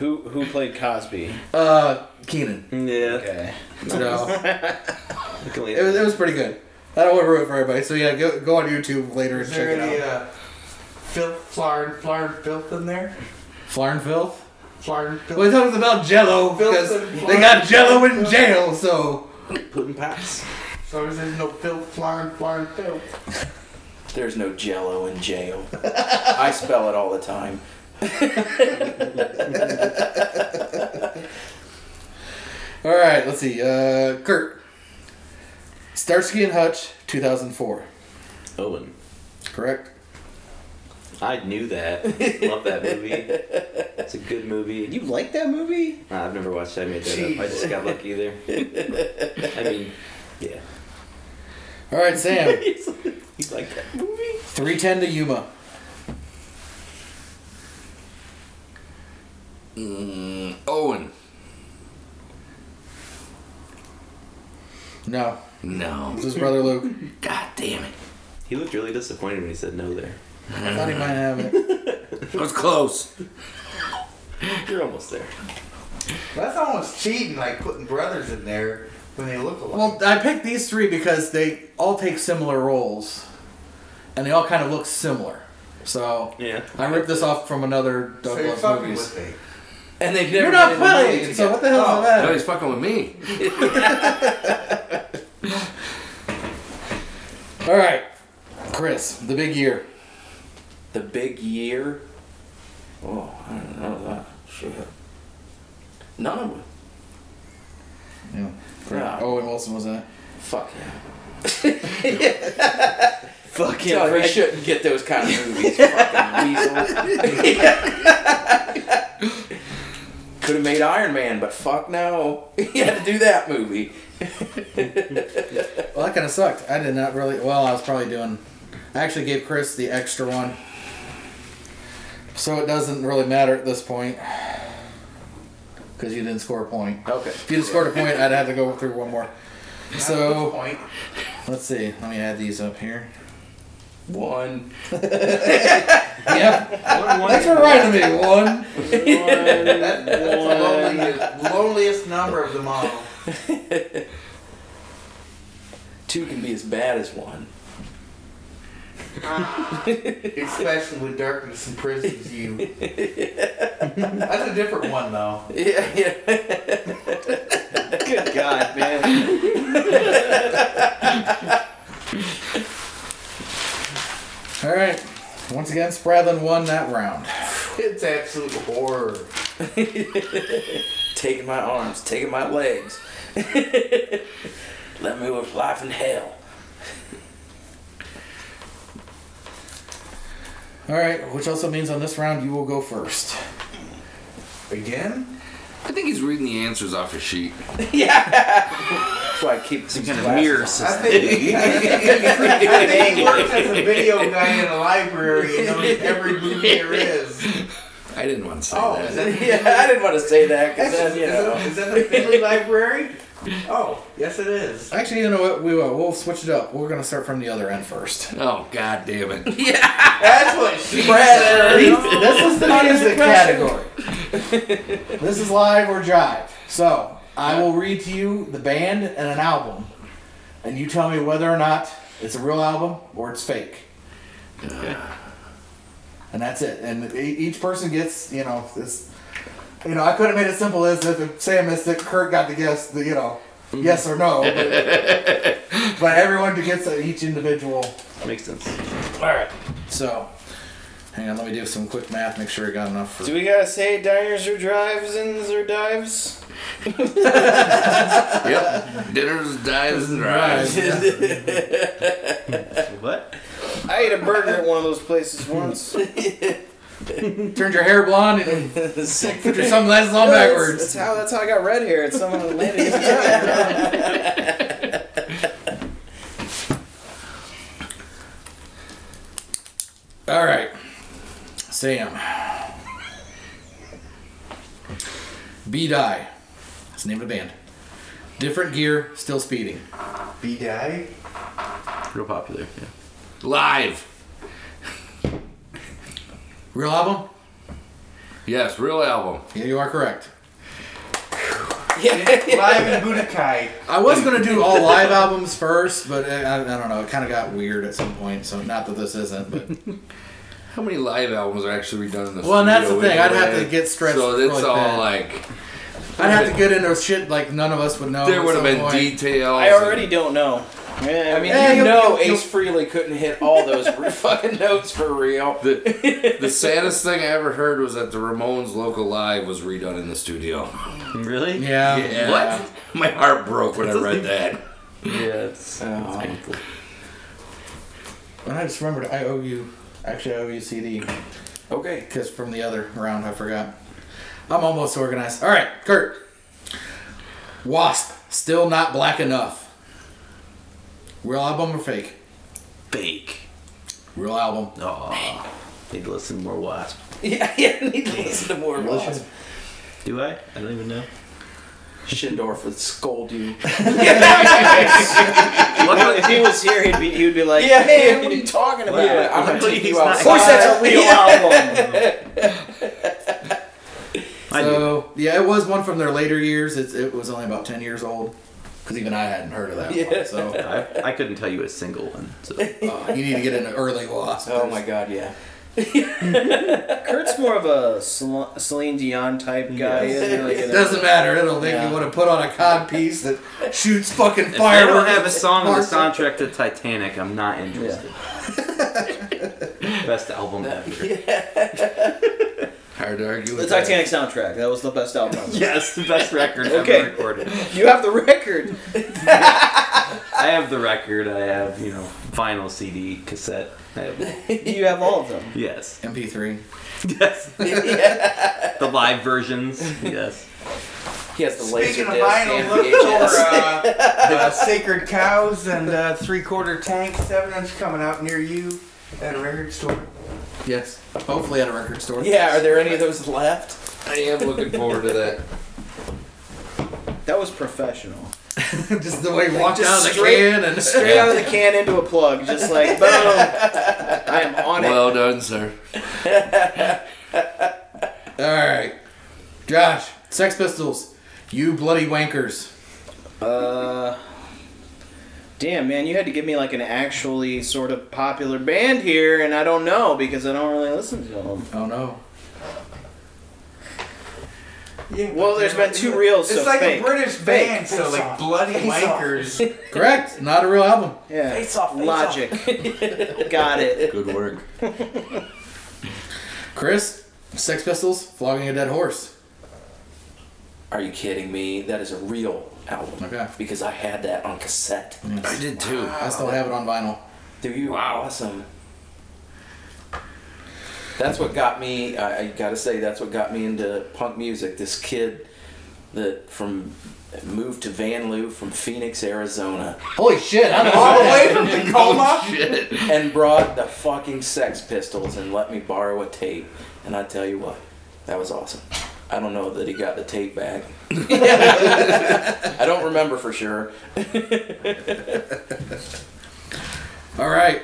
K: Who who played Cosby?
G: Uh, Keenan.
K: Yeah. Okay.
G: So, it,
K: It
G: was, it was pretty good. I don't want to ruin it for everybody, so yeah, go, go on YouTube later
F: Is
G: and check
F: there any
G: it out.
F: uh, filth, flarn, flarn, filth in there?
G: Flarn Filth?
F: Flarn, filth.
G: Well, talking about Jello
F: Filth
G: because
F: and
G: they got
F: flarn,
G: Jello in
F: filth.
G: jail, so
K: Putin pops.
F: As long as there's no filth, flarn, flarn, filth.
J: There's no Jello in jail. I spell it all the time.
G: All right, let's see. Uh, Kurt. Starsky and Hutch, 2004.
H: Owen.
G: Correct?
H: I knew that. Love that movie. It's a good movie.
K: You like that movie?
H: Nah, I've never watched that. I made that up. I just got lucky there. I mean, yeah.
G: All right, Sam.
H: you like that movie?
G: 310 to Yuma.
B: Mm, Owen.
G: No.
B: No.
G: It's his brother Luke.
B: God damn it.
H: He looked really disappointed when he said no there.
G: I thought he might have it.
B: It was close.
H: You're almost there.
F: That's almost cheating, like putting brothers in there when they look alike.
G: Well, I picked these three because they all take similar roles, and they all kind of look similar. So
H: Yeah.
G: I ripped this off from another
F: so you're
G: Douglas
F: fucking
G: movies.
F: with me.
J: And they've never
G: You're not
J: been in a movie
G: playing, so
J: together.
G: what the hell
F: Oh.
G: is that?
B: No, he's fucking with me.
G: Oh. All right, Chris, the big year.
J: The big year. Oh, I don't know that. Shit. None of them.
G: Yeah.
J: Yeah.
G: Owen Wilson was that.
J: Fuck yeah.
K: Fuck
J: Yeah,
K: yeah.
J: we shouldn't get those kind of movies. fucking weasel. Could have made Iron Man, but fuck no. He had to do that movie.
G: Well, that kind of sucked. I did not really. Well, I was probably doing. I actually gave Chris the extra one, so it doesn't really matter at this point because you didn't score a point.
J: Okay.
G: If you'd have scored a point, I'd have to go through one more. So
F: Point.
G: let's see. Let me add these up here.
J: One.
G: Yep,
H: One, one,
G: thanks for writing me one.
F: That, that's the loneliest, loneliest number of them all.
J: Two can be as bad as one.
F: Especially with darkness imprisons you. That's a different one though.
J: Yeah, yeah.
K: Good God, man.
G: All right. Once again, Spradlin won that round.
F: It's absolute horror.
J: Taking my arms, taking my legs. Let me with life and hell.
G: All right, which also means on this round you will go first.
F: Again?
B: I think he's reading the answers off his sheet.
J: Yeah.
I: That's why I keep these
H: kind of
I: glasses
H: mirror
I: on.
H: system.
F: I think, I think, I think he works as a video guy in a library and knows every movie there is.
L: I didn't want to say
F: Oh,
L: that.
F: is that-
I: yeah, I didn't want to say that because
F: That's-
I: then, you
F: is that-
I: know.
F: is that the family library? Oh, yes, it is.
G: Actually, you know what? We will. We'll switch it up. We're gonna start from the other end first.
B: Oh god damn it!
F: That's what she
G: Brad,
F: said.
G: this is the
F: Under
G: music
F: pressure.
G: category. this is live or jive. So I will read to you the band and an album, and you tell me whether or not it's a real album or it's fake. And that's it. And e- each person gets, you know, this. You know, I could have made it simple as if Sam missed it, Kurt got to guess the, you know,
B: Mm-hmm.
G: yes or no. But, but everyone gets each individual.
H: Makes sense.
G: All right. So, hang on, let me do some quick math, make sure I got enough for.
K: Do we gotta say diners or drives, ins or dives?
B: yep. Dinners, dives, and drives.
H: what?
K: I ate a burger at one of those places once.
G: Turned your hair blonde and
K: put
G: put your sunglasses on backwards.
K: That's, how that's how I got red hair at someone in Atlanta.
G: All right, Sam. B die. That's the name of the band. Different gear, still speeding.
F: B die.
H: Real popular. Yeah.
B: Live.
G: Real album?
B: Yes, real album.
G: Yeah, you are correct.
F: Live in Budokai.
G: I was gonna do all live albums first, but I, I I don't know. It kind of got weird at some point. So not that this isn't, but
B: How many live albums are actually redone in the
G: Well, and that's
B: studio
G: the thing, I'd have
B: anyway?
G: to get stretched
B: So it's
G: really
B: all
G: thin.
B: like
G: I'd have to get into shit like none of us would know.
B: there
G: at
B: would have
G: some
B: been
G: point.
B: details.
K: I already don't know.
J: I mean,
G: Eh,
J: you
G: you'll-
J: know,
G: you'll-
J: Ace Freely couldn't hit all those fucking notes for real.
B: The, the saddest thing I ever heard was that the Ramones local live was redone in the studio.
H: Really?
G: Yeah.
B: Yeah. What? My heart broke when I read that.
H: Yeah, it's, it's
J: Oh.
H: painful.
G: And I just remembered I owe you. Actually, I owe you a CD
J: Okay.
G: because from the other round I forgot. I'm almost organized. All right, Kurt. Wasp still not black enough. Real album or fake?
H: Fake.
G: Real album.
H: Oh, need to listen to more Wasp.
I: Yeah, yeah, I need to listen to more Wasp.
H: Do I? I don't even know.
J: Schindorf would scold you.
K: Look, if he was here, he'd be you'd be like,
J: Yeah,
K: hey,
J: man, what are you talking about? I'm gonna take
H: He's
J: you
H: not-
J: outside.
K: of course that's a real album.
H: I
G: Oh, so yeah, it was one from their later years. It's it was only about ten years old because even I hadn't heard of that one. So
H: I, I couldn't tell you a single one. So.
G: uh, you need to get an early Wasp.
J: Oh my god, yeah.
K: Kurt's more of a Cel- Celine Dion type guy. He doesn't really get
G: It
K: into
G: doesn't matter. It'll make
K: Yeah.
G: you want to put on a codpiece that shoots fucking
H: If I don't
G: fireworks.
H: have a song on the
G: Marshall.
H: soundtrack to Titanic, I'm not interested. Best album ever.
B: Hard to argue
K: The
B: with that.
K: Titanic soundtrack. That was the best album. ever.
H: Yes, the best record
K: Okay.
H: ever recorded.
K: You have the record.
H: I have the record. I have you know vinyl, CD, cassette. I have,
K: You have all of them.
H: yes,
G: MP3.
H: yes. the live versions. Yes.
J: He has the
F: Speaking
J: laser
F: of
J: disc
F: vinyl,
J: and
F: look
J: VHS.
F: for uh, uh, Sacred Cows and uh, Three Quarter Tank 7 inch coming out near you at a record store.
G: Yes. Hopefully at a record store.
J: Yeah, are there any of those left?
B: I am looking forward to that.
K: That was professional.
G: Just the way he walked
K: Just
G: out of the
K: straight-
G: can and
K: Straight out of the can into a plug, just like boom. I am on it.
B: Well done, sir.
G: All right, Josh. Sex Pistols. You bloody wankers.
K: Uh, damn, man, you had to give me like an actually sort of popular band here, and I don't know because I don't really listen to them.
G: Oh no.
F: Yeah,
K: Well, there's been two reels,
F: It's
K: so
F: like
K: fake.
F: a British band,
I: Fake.
F: so like Bloody
I: Face off.
F: Wankers.
G: Correct. Not a real album.
K: Yeah,
I: Face off, face
K: logic. Got it.
B: Good work.
G: Chris. Sex Pistols. Flogging a dead horse.
J: Are you kidding me? That is a real album.
G: Okay.
J: Because I had that on cassette.
B: I did too.
G: I still have it on vinyl.
J: Dude, you
B: Wow.
J: wow. awesome. That's what got me. I, I gotta say, that's what got me into punk music. This kid the from moved to Van Loo from Phoenix, Arizona.
F: Holy shit, I'm all the way from Tacoma?
J: shit. And brought the fucking Sex Pistols and let me borrow a tape. And I tell you what, that was awesome. I don't know that he got the tape back. I don't remember for sure.
G: All right.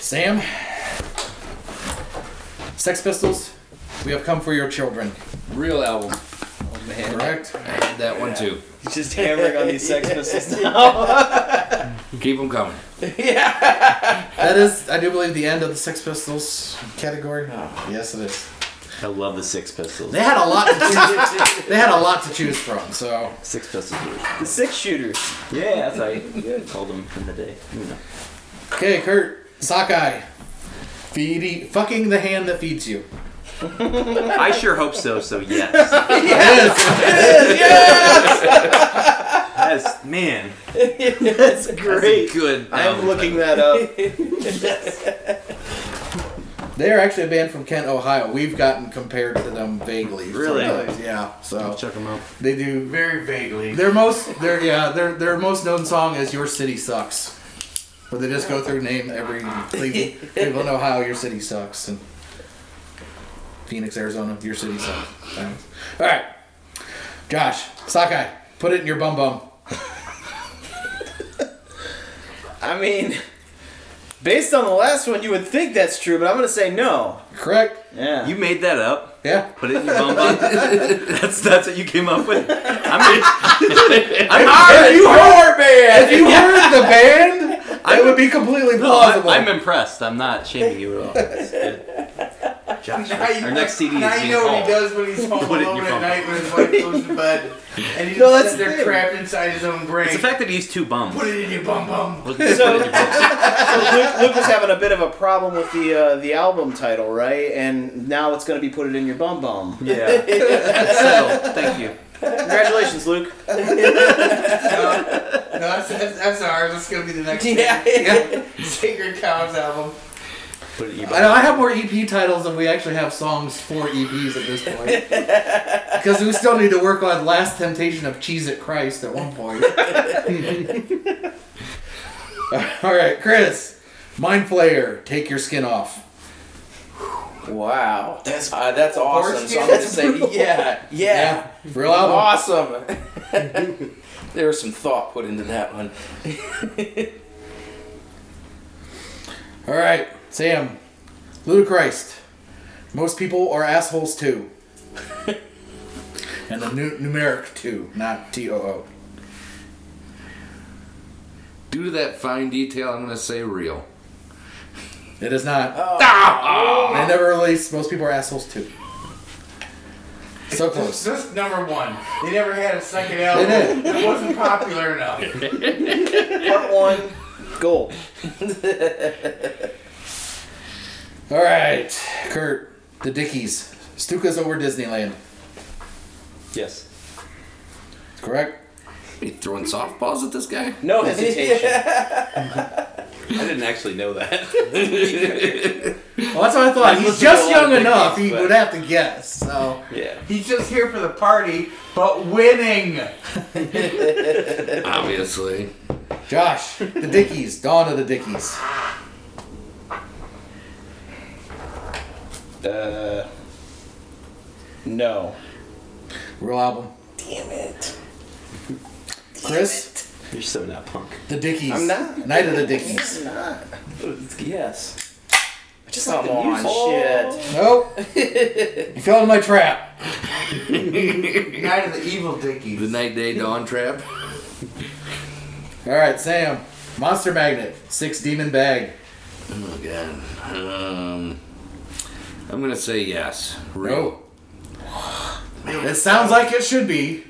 G: Sam. Sex Pistols, we have come for your children.
B: Real album. Oh
G: man. Correct.
B: I had that one too.
K: He's just hammering on these Sex Pistols
B: now. Keep them coming.
G: That is, I do believe, the end of the Sex Pistols category. Yes, it is.
H: I love the Six Pistols.
G: They had a lot. To choose, they had a lot to choose from. So
H: Six Pistols.
K: The six shooters.
H: Yeah, that's how you called them in the day. You know.
G: Okay, Kurt Sakai, feeding, fucking the hand that feeds you.
H: I sure hope so. So yes,
G: yes,
H: yes, man.
K: That's great.
H: That's a good.
K: I'm
H: album.
K: looking that up.
G: They are actually a band from Kent, Ohio. We've gotten compared to them vaguely.
H: Really?
G: sometimes, Yeah. So
H: check them out.
G: they do
F: Very vaguely.
G: Their most their yeah their their most known song is "Your City Sucks," where they just go through name every Cleveland, Cleveland, Ohio, "Your City Sucks," and Phoenix, Arizona, "Your City Sucks." Thanks. All right, Josh Sakai, put it in your bum bum.
K: I mean, based on the last one, you would think that's true, but I'm gonna say no.
G: Correct.
K: Yeah.
H: You made that up.
G: Yeah.
H: Put it in your bum bum. that's that's what you came up with. I mean, I'm
G: If you heard,
K: band.
G: if you heard the band, it would be completely
H: No, I,
G: plausible.
H: I'm impressed. I'm not shaming you at all. It's good. Josh,
F: Now you-
H: our next CD
F: now
H: is
F: you
H: being
F: know what
H: called.
F: he does when he's home
H: Put it in
F: alone
H: your
F: at
H: bum.
F: night when his wife goes to bed, and he's
K: No,
F: no,
K: that's the
F: sitting there
K: thing.
F: trapped inside his own brain.
H: It's the fact that he's two bums.
F: Put it in your bum bum.
H: Look,
K: So, so Luke, Luke was having a bit of a problem with the uh, the album title, right? And now it's going to be put it in your bum bum.
H: Yeah. Settle. Thank you.
K: Congratulations, Luke.
F: No, that's, that's, that's ours. That's gonna be the next Sacred Cows album.
H: Put E it in your
G: I know I have more EP titles than we actually have songs for EPs at this point. Because we still need to work on Last Temptation of Cheese at Christ at one point. All right, Chris. Mind Flayer, take your skin off.
J: Wow, that's uh, that's awesome. So I'm gonna
F: That's
J: say yeah, yeah,
G: Real album.
J: awesome. there was some thought put into that one.
G: All right, Sam. Ludacris. Most people are assholes too. and the nu- numeric two, not T O O.
B: Due to that fine detail, I'm gonna say real.
G: It is not.
B: Ah!
G: They never released Most People Are Assholes too. So
F: This
G: close.
F: is number one. They never had a second
G: They
F: album. It wasn't popular enough.
K: Part one, gold.
G: All right, Kurt, the Dickies, Stukas over Disneyland.
H: Yes.
G: Correct.
B: You throwing softballs at this guy?
K: No hesitation.
H: I didn't actually know that.
G: Well, that's what I thought.
H: I
G: He's
H: listened to
G: just
H: a lot
G: young
H: of
G: enough;
H: Dickies,
G: he
H: but-
G: would have to guess. So
H: yeah.
F: He's just here for the party, but winning.
B: Obviously.
G: Josh, the Dickies, Dawn of the Dickies.
K: Uh, no.
G: Real album. Damn it. Chris,
H: You're so not punk.
G: the Dickies.
K: I'm not.
G: Night of the Dickies.
J: Yes.
K: Just
J: Come on, shit.
G: Nope. you fell in my trap.
F: Night of the Evil
B: The
F: Dickies.
B: night day dawn trap.
G: All right, Sam, Monster Magnet, Six Demon Bag.
B: Oh god. Um I'm gonna say yes. Real.
G: No. It sounds like it should be,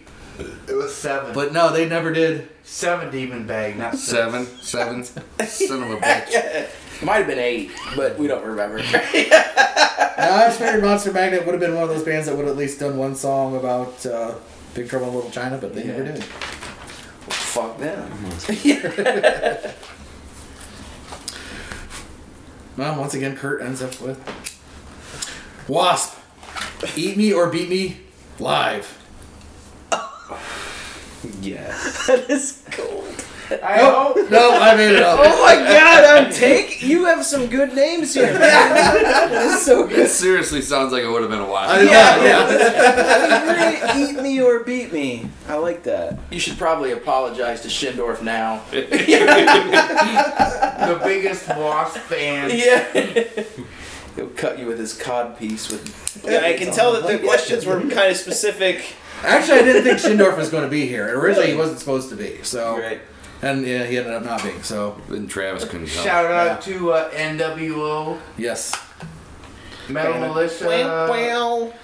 F: It was seven.
G: but no, they never did.
F: seven Demon Bag, not six.
B: Seven. Seven. Son of a bitch.
J: It might have been eight, but we don't remember.
G: Now, I just figured Monster Magnet would have been one of those bands that would have at least done one song about uh, Big Trouble in Little China, but they never did.
J: Fuck them.
G: Well, once again, Kurt ends up with Wasp. Eat me or beat me, Live.
H: Yes.
I: That is gold.
F: I
G: Nope.
I: hope.
G: Nope, I made it up.
I: Oh my god, I'm take. You have some good names here. That's so
B: It
I: good.
B: seriously sounds like it would have been a while.
I: I mean, really, eat me or beat me. I like that.
J: You should probably apologize to Schindorf now.
F: the biggest Wasp fan.
J: Yeah. He'll cut you with his cod piece with.
K: Yeah, I can tell that the questions were kind of specific.
G: Actually, I didn't think Schindorf was going to be here. Originally, he wasn't supposed to be. So, and yeah, he ended up not being. So,
B: then Travis couldn't come.
F: Shout out to uh, NWO,
G: Yes.
F: Metal Militia.
K: Well,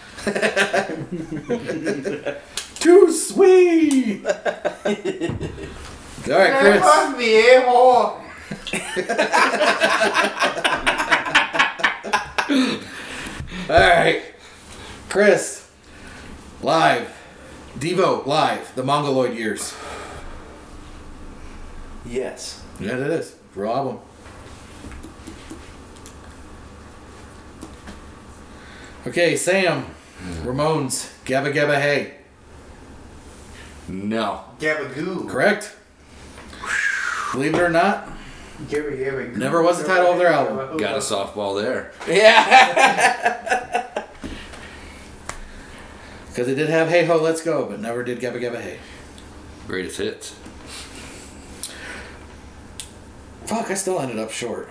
G: Too sweet. All right,
F: That
G: Chris.
F: must be a hole.
G: All right, Chris. Live. Devo live. The Mongoloid years.
J: Yes.
G: Yeah, it is. Real album. Okay, Sam. Ramones. Gabba Gabba Hey.
B: No.
F: Gabagoo.
G: Correct. Believe it or not,
F: Gabba Gabba.
G: never was the title of their album.
B: Got a softball there.
G: Because it did have Hey Ho, Let's Go, but never did Gabba Gabba Hey.
B: Greatest hits.
G: Fuck, I still ended up short.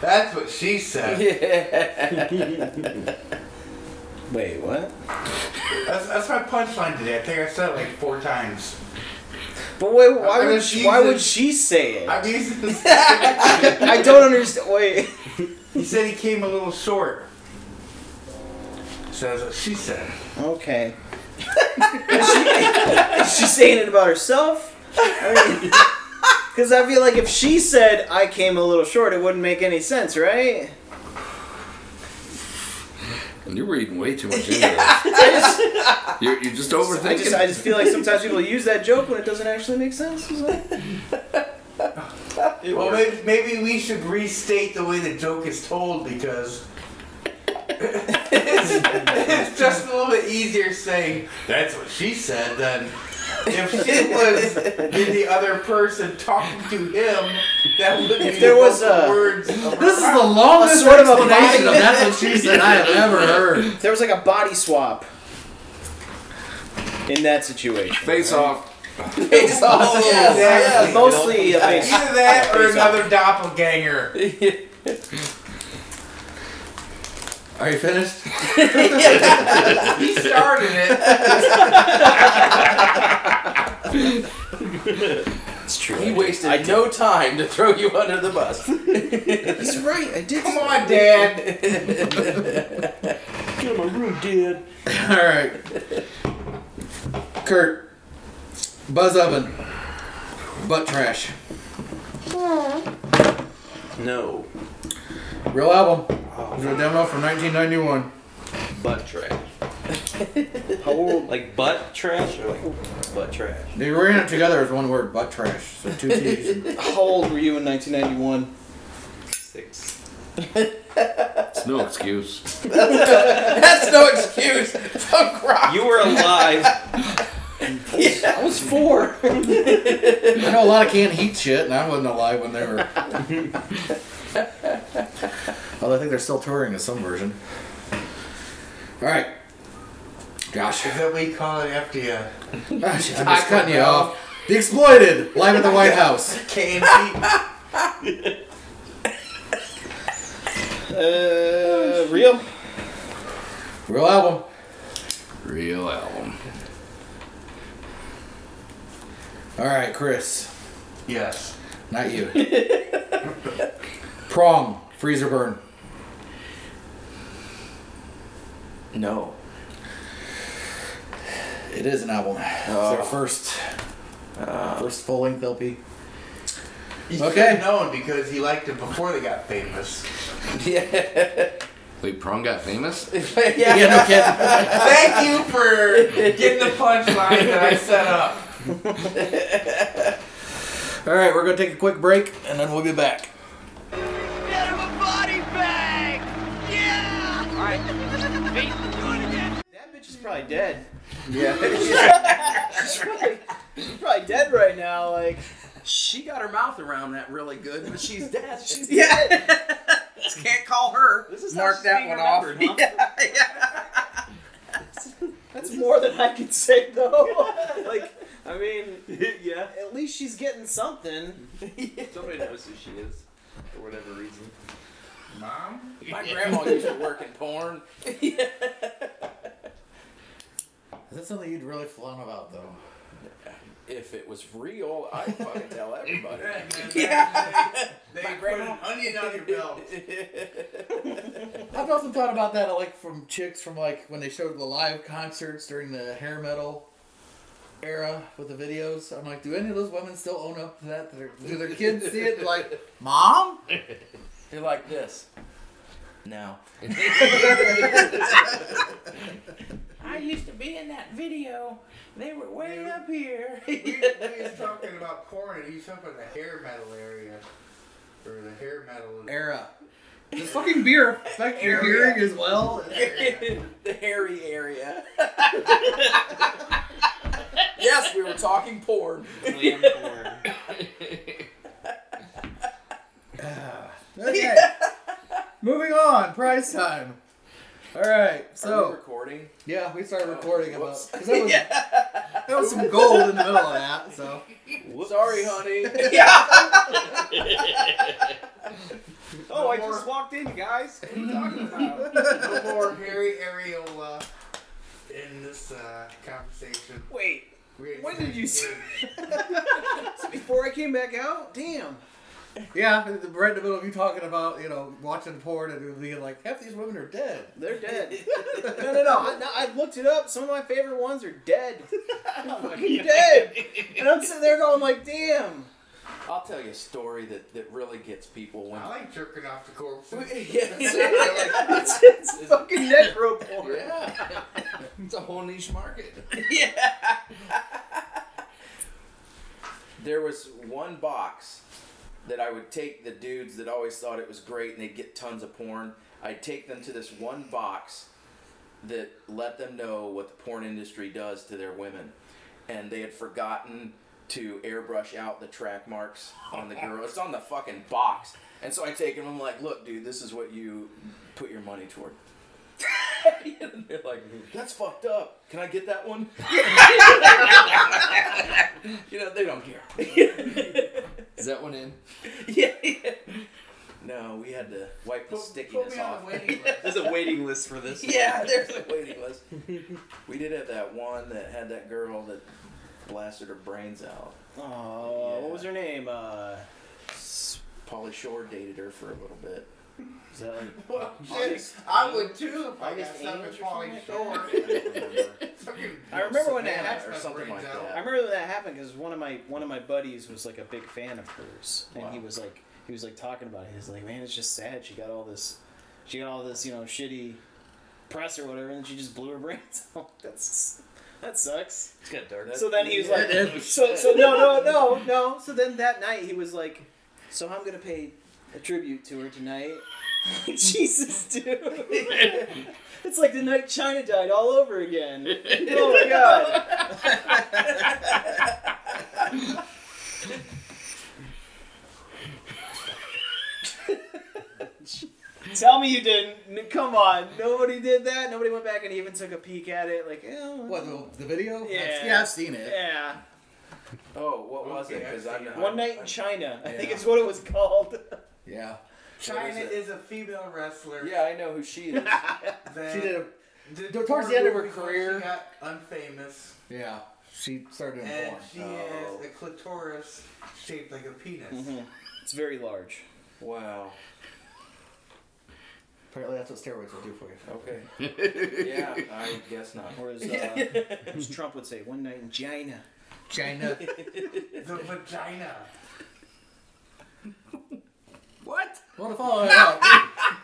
F: That's what she said.
K: Wait, what?
F: That's, that's my punchline today. I think I said it like four times.
K: But wait,
F: I
K: why would
F: was
K: she, why
F: using-
K: would she say it?
F: I'm using this.
K: I don't understand. Wait.
F: He said he came a little short. So that's what she said.
K: Okay. is, she, is she saying it about herself? Because I, feel like if she said I came a little short, it wouldn't make any sense, right?
B: And you're reading way too much into this. You're, you're just overthinking.
K: I just, I just feel like sometimes people use that joke when it doesn't actually make sense. It's like-
F: well, maybe, maybe we should restate the way the joke is told because it's, it's just a little bit easier saying that's what she said than if she was in the other person talking to him. That would be
K: If there
F: the
K: was
F: vocal
K: a-
F: words. of
G: This is
F: her
G: the
F: mouth.
K: A
G: longest
K: sort of a
G: explanation of
K: body-
G: that's what she said I have ever heard.
K: there was like a body swap in that situation.
B: Face off.
K: Face off.
F: Yes, yes.
K: Mostly a face.
F: Oh, Either that or another doppelganger.
G: Are you finished?
F: He started it.
K: It's true.
J: He wasted no time to throw you under the bus.
K: He's right. I did.
F: Come on, Dad.
K: Get in my room, Dad.
G: All right. Kurt. Buzz Oven. Butt Trash.
H: No.
G: Real album. It was a demo from 1991.
H: Butt trash. How old? Like butt trash or like butt trash?
G: They ran it together as one word, butt trash. So two T's.
K: How old were you in 1991?
H: Six.
B: It's no excuse.
J: That's no excuse. Fuck rock.
H: You were alive.
K: I was four.
G: I know a lot of can't heat shit, and I wasn't alive when they were. Although I think they're still touring in some version. All right. Gosh.
F: Is that what you call it after you?
G: I'm just cutting you off. The Exploited, live at the White House.
F: KMT.
K: Uh, real?
G: Real album.
B: Real album.
G: All right, Chris.
F: yes.
G: Not you. Prong, Freezer Burn.
J: No.
G: It is an album. It's their first, first full length LP.
F: You
G: Okay.
F: should have known because he liked it before they got famous.
B: Wait, Prong got famous?
G: Yeah, no kidding.
F: Thank you for getting the punchline that I set up.
G: All right, we're gonna take a quick break and then we'll be back.
E: Get him a body bag! Yeah! Alright. Beat. Do it again!
K: That bitch
M: bitch is probably dead.
N: Yeah.
M: she's, probably, she's probably dead right now. Like,
J: She got her mouth around that really good, but she's dead. She's
M: Yeah.
J: dead. Just can't call her. This
M: is how
J: Mark
M: she's
J: that
M: being
J: one off.
M: remembered,
J: That's
M: more than I could say though. like, I mean, yeah. At least she's getting something.
J: Somebody knows who she is, for whatever reason.
O: Mom?
J: My grandma used to work in porn.
G: Is that something you'd really flown about, though?
J: If it was real, I'd fucking tell everybody.
F: They put an onion on your belt.
G: I've often thought about that, like from chicks from like when they showed the live concerts during the hair metal era with the videos. I'm like, do any of those women still own up to that? Do their, do their kids see it? Like, mom?
J: You're like this. No. I used to be in that video. They were way up here.
F: we, we was talking about porn, and he's up in the hair metal area. Or the hair metal
G: era. Does fucking beer affect your
F: Area.
G: hearing as well?
J: the hairy area. yes, we were talking porn.
G: Okay. Moving on. Prize time. All right. So
J: recording.
G: Yeah, we
O: Oh,
G: started recording about because that was that was some gold in the middle of that. So
J: Sorry, honey.
F: No
M: oh, I
F: more-
M: just walked in, guys. What are you talking about?
F: no more hairy areola in this uh, conversation.
M: Wait,
F: We-
M: when did you see? It's before I came back out. Damn.
G: yeah, right in the middle of you talking about you know watching porn and being like half these women are dead.
M: They're dead. No, no, no. I, no, I looked it up. Some of my favorite ones are dead. Fucking dead. And I'm sitting there going like, damn.
J: I'll tell you a story that, that really gets people when
F: I like jerking off the corpses.
M: it's, it's fucking necro porn.
J: Yeah. It's a whole niche market. There was one box that I would take the dudes that always thought it was great and they'd get tons of porn. I'd take them to this one box that let them know what the porn industry does to their women. And they had forgotten to airbrush out the track marks on the girl. It's on the fucking box. And so I take them, I'm like, look, dude, this is what you put your money toward. and they're like, that's fucked up. Can I get that one? you know, they don't care.
O: Is that one in?
J: yeah, yeah. No, we had to wipe the stickiness
F: me on
J: off.
F: the waiting list.
H: There's a waiting list for this. one.
J: Yeah, there's a waiting list. We did have that one that had that girl that blasted her brains out.
M: Oh, what was her name? Uh,
J: Polly Shore dated her for a little bit.
M: is that like
F: Well, shit, I would too if I got
M: August
F: stuck in
M: 8th or
F: Pauly Shore. Fucking
M: I remember when that
F: Savannah
M: happened
J: or something
F: brings
J: like
F: out.
J: that.
M: I remember when that happened because one of my one of my buddies was like a big fan of hers, and he was like he was like talking about it. He was like, "Man, it's just sad. She got all this, she got all this, you know, shitty press or whatever, and she just blew her brains out. That's that sucks."
H: It's got dark.
M: so then he was
J: Yeah,
M: like, "So so no no no no." So then that night he was like, "So I'm gonna pay a tribute to her tonight." Jesus, dude. it's like the night China died all over again. Oh my god. Tell me you didn't. N- Come on. Nobody did that. Nobody went back and even took a peek at it. Like, eh,
G: What the, the video?
M: Yeah.
G: I've, yeah, I've seen it.
M: Yeah.
J: Oh, what was it?
F: Okay, I've
J: Because I'm
F: seen
M: One night in China. I think
G: Yeah.
M: it's what it was called.
G: Yeah,
F: China
J: What is it?
F: is a female wrestler.
J: Yeah, I know who she is.
F: that
G: she did. A,
F: did
G: towards
F: porn
G: the end of her
F: movies when
G: career-
F: She got unfamous,
G: yeah, she started in
F: and
G: porn.
F: she
J: Oh.
F: has a clitoris shaped like a penis.
G: Mm-hmm.
M: It's very large.
J: wow.
G: Apparently, that's what steroids will do for you.
J: Okay. Yeah, I guess not.
M: Or as, uh, as Trump would say, one night in China.
G: China.
F: The vagina.
J: What?
G: well, to follow that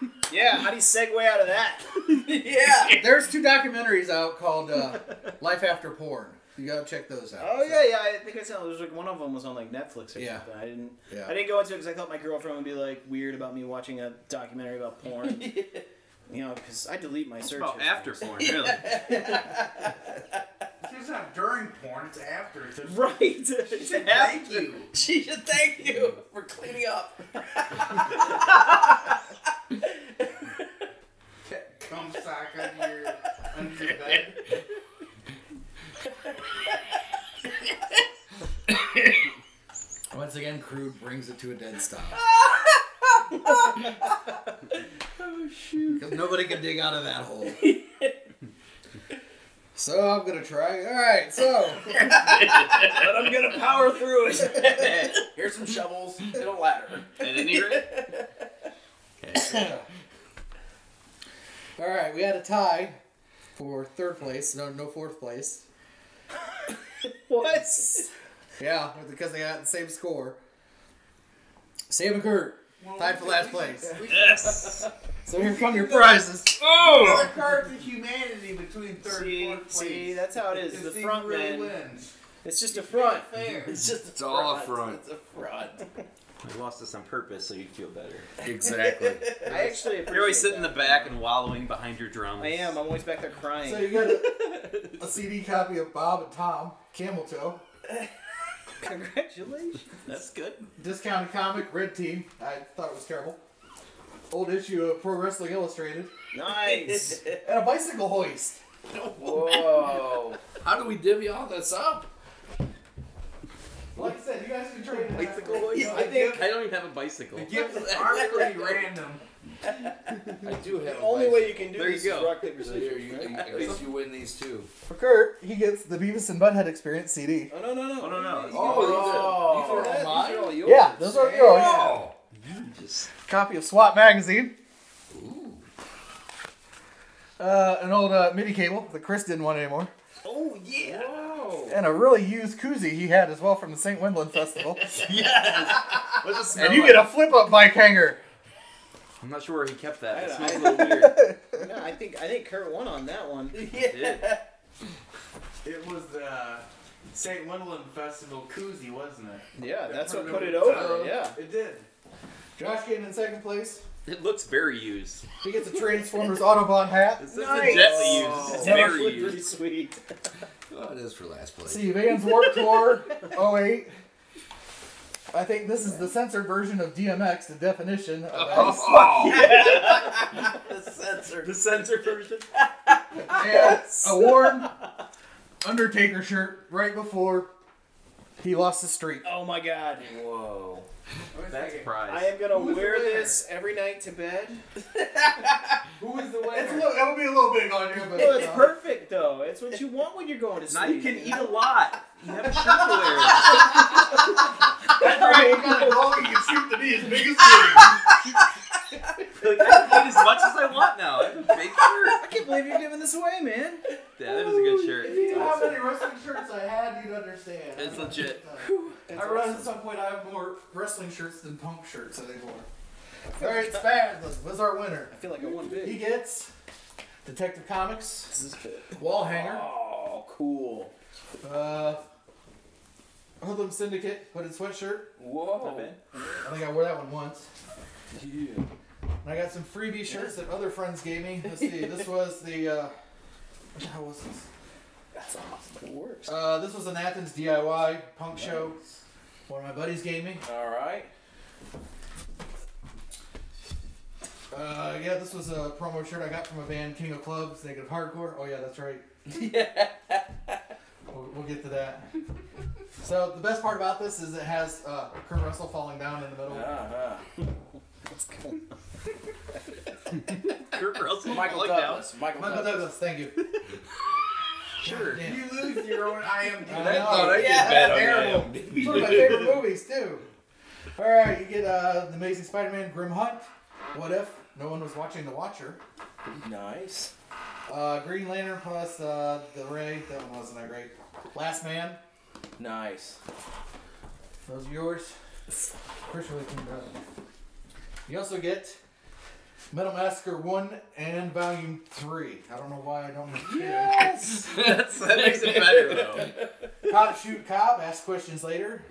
G: up,
M: Yeah, how do you segue out of that?
J: Yeah.
G: there's two documentaries out called uh, "Life After Porn." You gotta check those out.
M: Oh
G: So-
M: yeah, yeah. I think I saw there's like one of them was on like Netflix or
G: Yeah.
M: something. I didn't.
G: Yeah.
M: I didn't go into it because I thought my girlfriend would be like weird about me watching a documentary about porn.
K: You know, because I delete my
H: It's
K: search.
H: about Oh, after porn, really.
F: It's not during porn, it's after. It's
K: Right.
F: It's thank you.
P: She should thank you for cleaning up.
F: Cum sock under your, under your bed.
G: Once again, crude brings it to a dead stop.
P: oh shoot!
G: Because nobody can dig out of that hole. so I'm gonna try. All right, so.
P: but I'm gonna power through it. Here's some shovels and a ladder.
H: At any rate.
G: All right, we had a tie for third place. No, no fourth place.
K: what?
G: Yeah, because they got the same score. Sam and Kurt tied for last place.
F: Yes.
G: So here come your prizes.
F: Another card to humanity between third and fourth place.
K: See, that's how it is.
F: If
K: The
F: Steve
K: front
F: really
K: man.
F: wins.
K: It's just a front.
F: fair.
K: It's just a
H: It's all a front.
K: It's a front.
H: I lost this on purpose so you'd feel better.
B: Exactly.
K: I actually
H: You're always
K: appreciate
H: sitting in the back and wallowing behind your drum.
K: I am. I'm always back there crying.
G: So you got a, a CD copy of Bob and Tom, Camel Toe.
K: Congratulations.
H: That's good.
G: Discounted comic, Red Team. I thought it was terrible. Old issue of Pro Wrestling Illustrated.
K: Nice.
G: and a bicycle hoist.
K: Whoa.
B: How do we divvy all this up?
G: Like I said, you guys can trade it.
H: I think I don't even have a bicycle.
F: Gifts are pretty random.
B: I do have.
K: The only way you can do
B: There
K: this
B: you
K: is
B: go.
K: rock paper scissors.
B: There you- At least you win these two.
G: For Kurt, he gets the Beavis and Butthead Experience CD.
K: Oh no no no.
H: Oh no no.
B: Oh, these are, these are all mine.
G: Yeah, those are yours.
B: Oh.
G: Copy of SWAT magazine. Uh, an old uh, MIDI cable that Chris didn't want anymore,
K: Oh yeah. Whoa.
G: and a really used koozie he had as well from the St. Wendland Festival.
H: Yes. What's it smell
G: and you
H: like?
G: get a flip up bike hanger.
H: I'm not sure where he kept that. It
K: I-
H: smells a
K: I-
H: little weird.
K: No, I think I think Kurt won on that one.
H: did.
F: It was the St. Wendland Festival koozie, wasn't it?
K: Yeah,
F: That
K: that's what
F: turned
K: put it
F: to
K: over.
F: top.
K: Yeah.
F: It did.
G: Josh came in second place.
H: It looks very used.
G: He gets a Transformers Autobot hat.
H: This is a gently
M: Oh.
H: used. It's very used.
K: sweet.
B: Oh, it is for last place.
G: See, Vans Warped Tour 08. I think this is the censored version of DMX, the definition of
H: the sensor. Oh. The sensor version.
G: and a worn Undertaker shirt right before he lost the streak.
K: Oh my god.
H: Whoa.
F: That's
H: prize.
K: I am gonna
F: Who's
K: wear
F: the winner?
K: this every night to bed.
F: Who was
G: It's
F: the
G: a
F: winner?
G: little, that would be a little big on you, but
K: Well, it's
G: uh,
K: perfect though. It's what you want when you're going to
H: Now
K: sleep.
H: you can eat a lot. You have a shirt to wear.
G: that's right. You got a dog, you can shoot the knee as big as you.
H: Like, I can eat as much as I want now. I have a big shirt.
K: I can't believe you're giving this away, man.
H: Yeah, that is a good shirt.
G: If you
H: It's
G: knew how
H: awesome.
G: many wrestling shirts I had, you'd understand.
H: It's legit.
G: I realized at some point I have more wrestling shirts than punk shirts anymore. All right, Spaz was our winner.
K: I feel like I won big.
G: He gets Detective Comics
K: This is good.
G: wall hanger,
K: Oh, cool.
G: uh, Hoodlum Syndicate hooded sweatshirt.
K: Whoa.
G: I think I wore that one once.
K: Yeah.
G: And I got some freebie shirts that other friends gave me. Let's see, this was the uh, what the hell was this?
K: That's awesome. It works.
G: Uh, this was an Athens DIY punk show. One of my buddies gave me.
K: All right.
G: Uh, yeah, this was a promo shirt I got from a band, King of Clubs, Negative Hardcore. Oh yeah, that's right. We'll, we'll get to that. so the best part about this is it has uh, Kurt Russell falling down in the middle.
K: Uh-huh. That's cool.
H: Kurt Russell,
J: Michael
H: like
J: Douglas. Michael
G: Michael
J: Douglas.
G: Douglas, thank you.
H: Sure.
G: Damn.
F: You lose your own IMDb.
G: I
B: thought I did
G: Yeah,
B: bad
G: terrible.
B: on that.
G: It's one of my favorite movies too. All right, you get uh, the Amazing Spider-Man: Grim Hunt. What if no one was watching The Watcher?
K: Nice.
G: Uh, Green Lantern plus uh, the Ray. That one wasn't that great. Last Man.
K: Nice.
G: Those are yours. Chris really cleaned up. You also get Metal Massacre One and Volume Three. I don't know why I don't. Yes.
H: That's, that makes it better though.
G: Cop shoot cop. Ask questions later.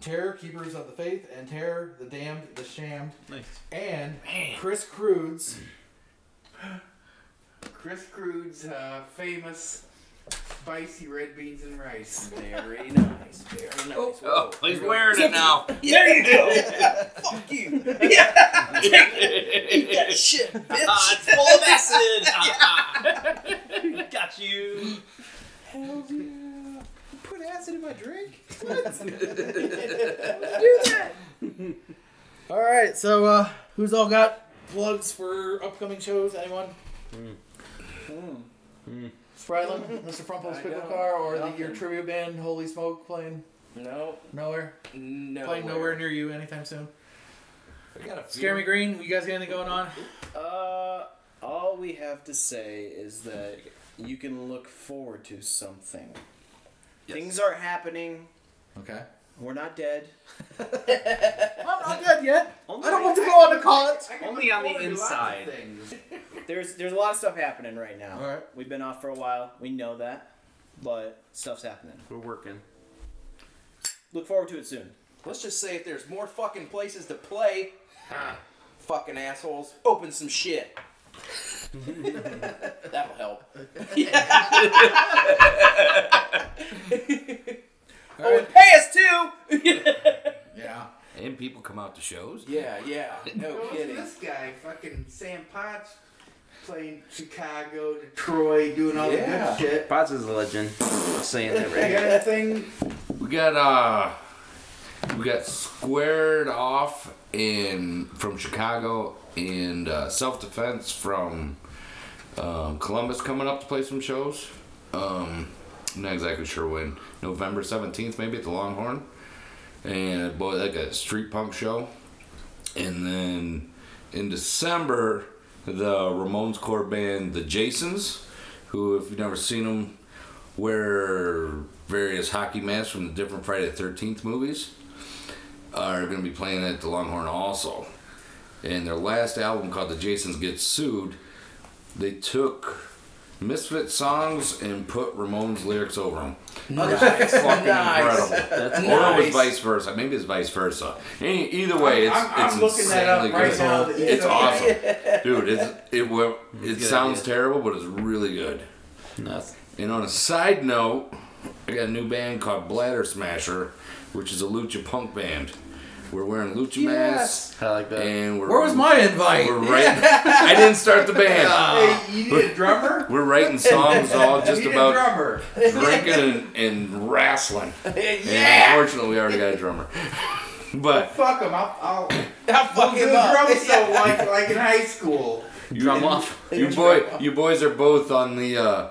G: Terror Keepers of the Faith and Terror the Damned the Shammed
H: Nice.
G: and Chris Crude's
F: Chris Crude's uh, famous spicy red beans and rice.
P: Very nice. Very nice. Whoa.
F: Oh,
D: he's wearing it now.
P: There you go.
F: Fuck you.
P: Yeah. Eat that shit, bitch.
D: Ah, it's full of acid.
P: Yeah. Got you.
F: Hell yeah. Put acid in my drink?
G: All right, so uh, who's all got plugs for upcoming shows? Anyone? Hmm. Spryland, Mr. Frumple's
F: I
G: Pickle
F: don't.
G: Car, or the, your
F: Nothing.
G: trivia band Holy Smoke playing
J: No.
G: nowhere?
J: No.
G: Playing nowhere near you anytime soon.
J: got a few.
G: Scare me green. You guys got anything going on?
J: Uh, all we have to say is that you can look forward to something. Things are happening.
G: Okay.
J: We're not dead.
G: I'm not dead yet.
J: I don't want
G: to go on to college.
J: Only on the inside. There's there's a lot of stuff happening right now.
H: All right.
J: We've been off for a while. We know that, but stuff's happening.
H: We're working.
J: Look forward to it soon.
P: Let's just say if there's more fucking places to play, fucking assholes, open some shit. That'll help.
J: Oh, and pay us too.
G: yeah.
B: And people come out to shows.
P: Yeah, yeah.
F: Yo, what's This guy, fucking Sam Potts, playing Chicago, Detroit, doing all the good shit.
H: Potts is a legend. Saying that right.
F: anything?
B: We got uh we got squared off in from Chicago and uh, self defense from um, Columbus coming up to play some shows. Um, I'm not exactly sure when. November seventeenth, maybe at the Longhorn, and boy, like a street punk show. And then in December, the Ramones core band, the Jasons, who, if you've never seen them, wear various hockey masks from the different Friday the Thirteenth movies, are going to be playing at the Longhorn also. And their last album called The Jasons Get Sued, they took Misfit songs and put Ramones lyrics over them.
P: Nice.
B: fucking
P: Nice.
B: incredible.
P: That's
B: or it was
P: nice.
B: vice versa. Maybe it's vice versa. Any, either way, it's,
P: I'm- I'm
B: it's
P: looking that up
B: insanely
P: right
B: good.
P: now.
B: It's awesome, dude. It's, it went, it
H: Good
B: sounds
H: idea.
B: terrible, but it's really good.
H: Nuts.
B: And on a side note, I got a new band called Bladder Smasher, which is a lucha punk band. We're wearing lucha
G: Yes.
B: masks. I like that. And we're,
G: Where was my invite?
B: We're writing, I didn't start the band.
F: Hey, you need a drummer?
B: We're writing songs all just
F: You need a
B: about
F: drummer.
B: drinking and, and wrestling.
F: Yeah.
B: And unfortunately, we already got a drummer. But
F: Fuck him. I'll, I'll,
P: I'll
F: fuck
P: him
F: do
P: up.
F: drum solo like, like in high school.
B: you, drum off. You boy, you boys are both on the uh,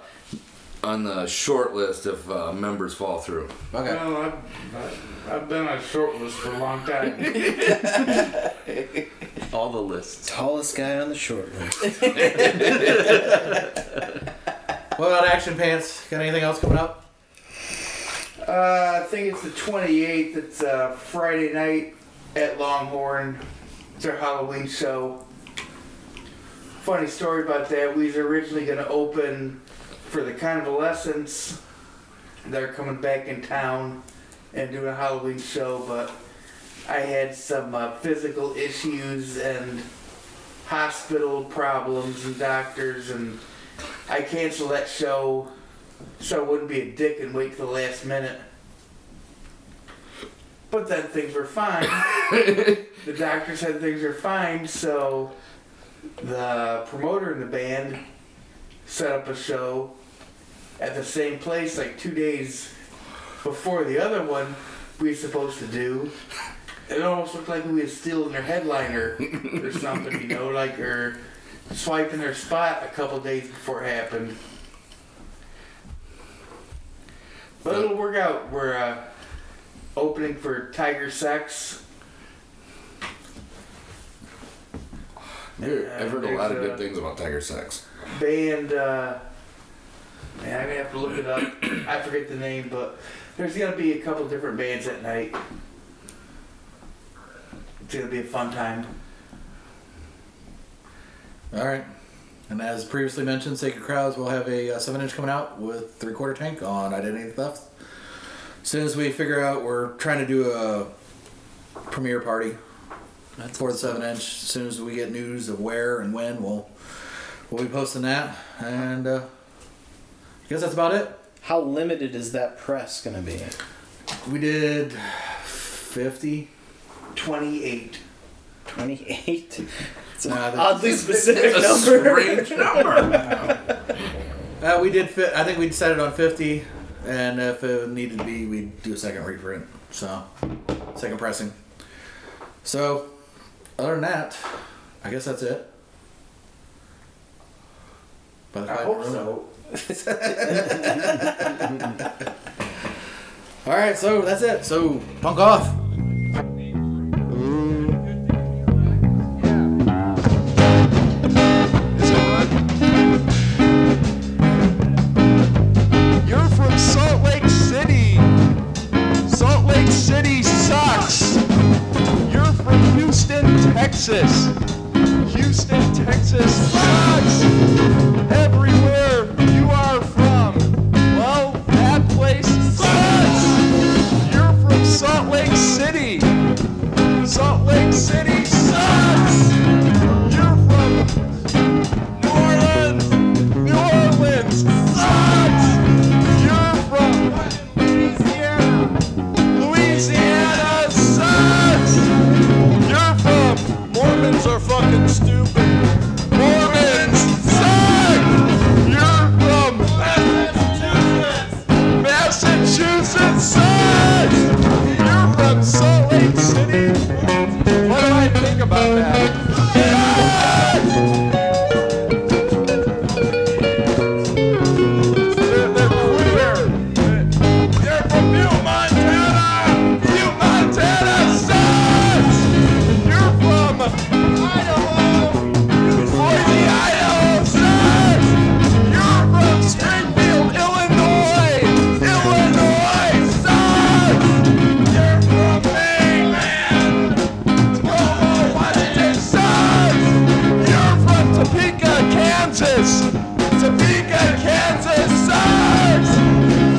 B: on the short list if uh, members fall through.
F: Well, I've, I've- I've been on short list for a long time.
H: All the lists.
J: Tallest guy on the short list.
G: What about Action Pants? Got anything else coming up?
F: Uh, I think it's the 28th. It's uh, Friday night at Longhorn. It's our Halloween show. Funny story about that. We was originally going to open for the Convalescents. They're coming back in town and doing a Halloween show, but I had some uh, physical issues and hospital problems and doctors, and I canceled that show so I wouldn't be a dick and wait till the last minute. But then things were fine. the doctor said things are fine, so the promoter in the band set up a show at the same place like two days before the other one we were supposed to do. It almost looked like we were stealing their headliner or something, you know, like or swiping their spot a couple days before it happened. But it'll work out. We're uh, opening for Tiger Sex.
B: Dude, I've heard a lot of
F: there's
B: good
F: a-
B: things about Tiger Sex.
F: band. Uh, man, I'm gonna have to look it up. I forget the name, but there's gonna be a couple different bands that night. It's gonna be a fun time.
G: All right. And as previously mentioned, Sacred Crowds will have a uh, seven inch coming out with three quarter tank on identity theft. As soon as we figure out, we're trying to do a premiere party for the seven inch. As soon as we get news of where and when, we'll we'll be posting that, and uh, I guess that's about it.
K: How limited is that press going to be?
G: We did 50.
F: 28.
K: 28?
G: It's an
K: oddly specific number.
G: uh, we did. Fi- I think we decided on fifty, and if it needed to be, we'd do a second reprint. So, second pressing. So, other than that, I guess that's it. But
F: I hope so.
G: All right, so that's it. So, punk off.
M: You're from Salt Lake City. Salt Lake City sucks. You're from Houston, Texas. Houston, Texas sucks. Everywhere you are from, well, that place sucks. You're from Salt Lake City. Salt Lake City sucks. You're from New Orleans. New Orleans sucks. You're from Louisiana. Louisiana sucks. You're from Mormons are fucking stupid. Mormons suck. You're from Massachusetts. Massachusetts sucks. You're from Salt Lake City. What do I think about that? Sucks. They're, they're queer. They're from Butte, Montana. Butte, Montana sucks. You're from Idaho. Boise, Idaho sucks. You're from Springfield, Illinois. Illinois sucks. You're from Maine, man. Provo, Washington sucks. You're from Topeka, Kansas. Topeka, Kansas sucks.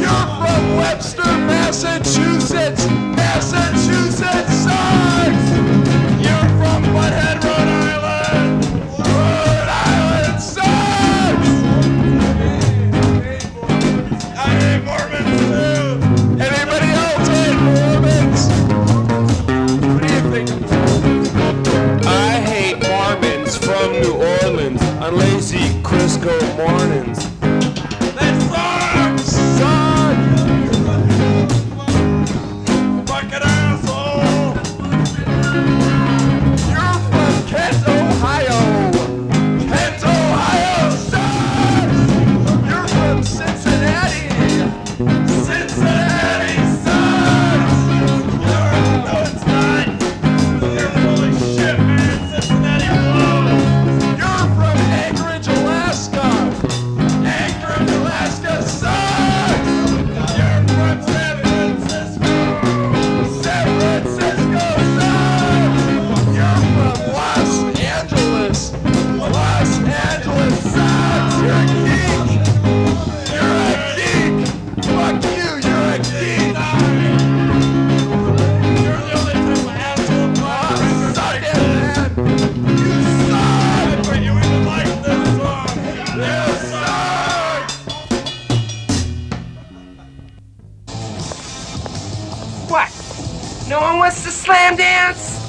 M: You're from Webster, Massachusetts. Massachusetts sucks. You're from Butthead, Rhode Island. Rhode Island sucks. I hate Mormons too. Anybody else hate Mormons? What do you think? I hate Mormons from New Orleans on lazy Crisco mornings. That sucks! Son! Fucking asshole! You're from Kent, Ohio! Kent, Ohio sucks! You're from Cincinnati! Cincinnati sucks! You're, no, it's not! You're full of shit, man! Cincinnati blows! You're from Anchorage, Alaska! Anchorage, Alaska sucks! You're from San Francisco! San Francisco sucks! You're from Los Angeles! Los Angeles sucks! You're a geek! You're a geek! Fuck you, you're a geek! You're the only type of asshole I suck it, man! You suck! But you even like this song! You suck!
E: What? No one wants to slam dance?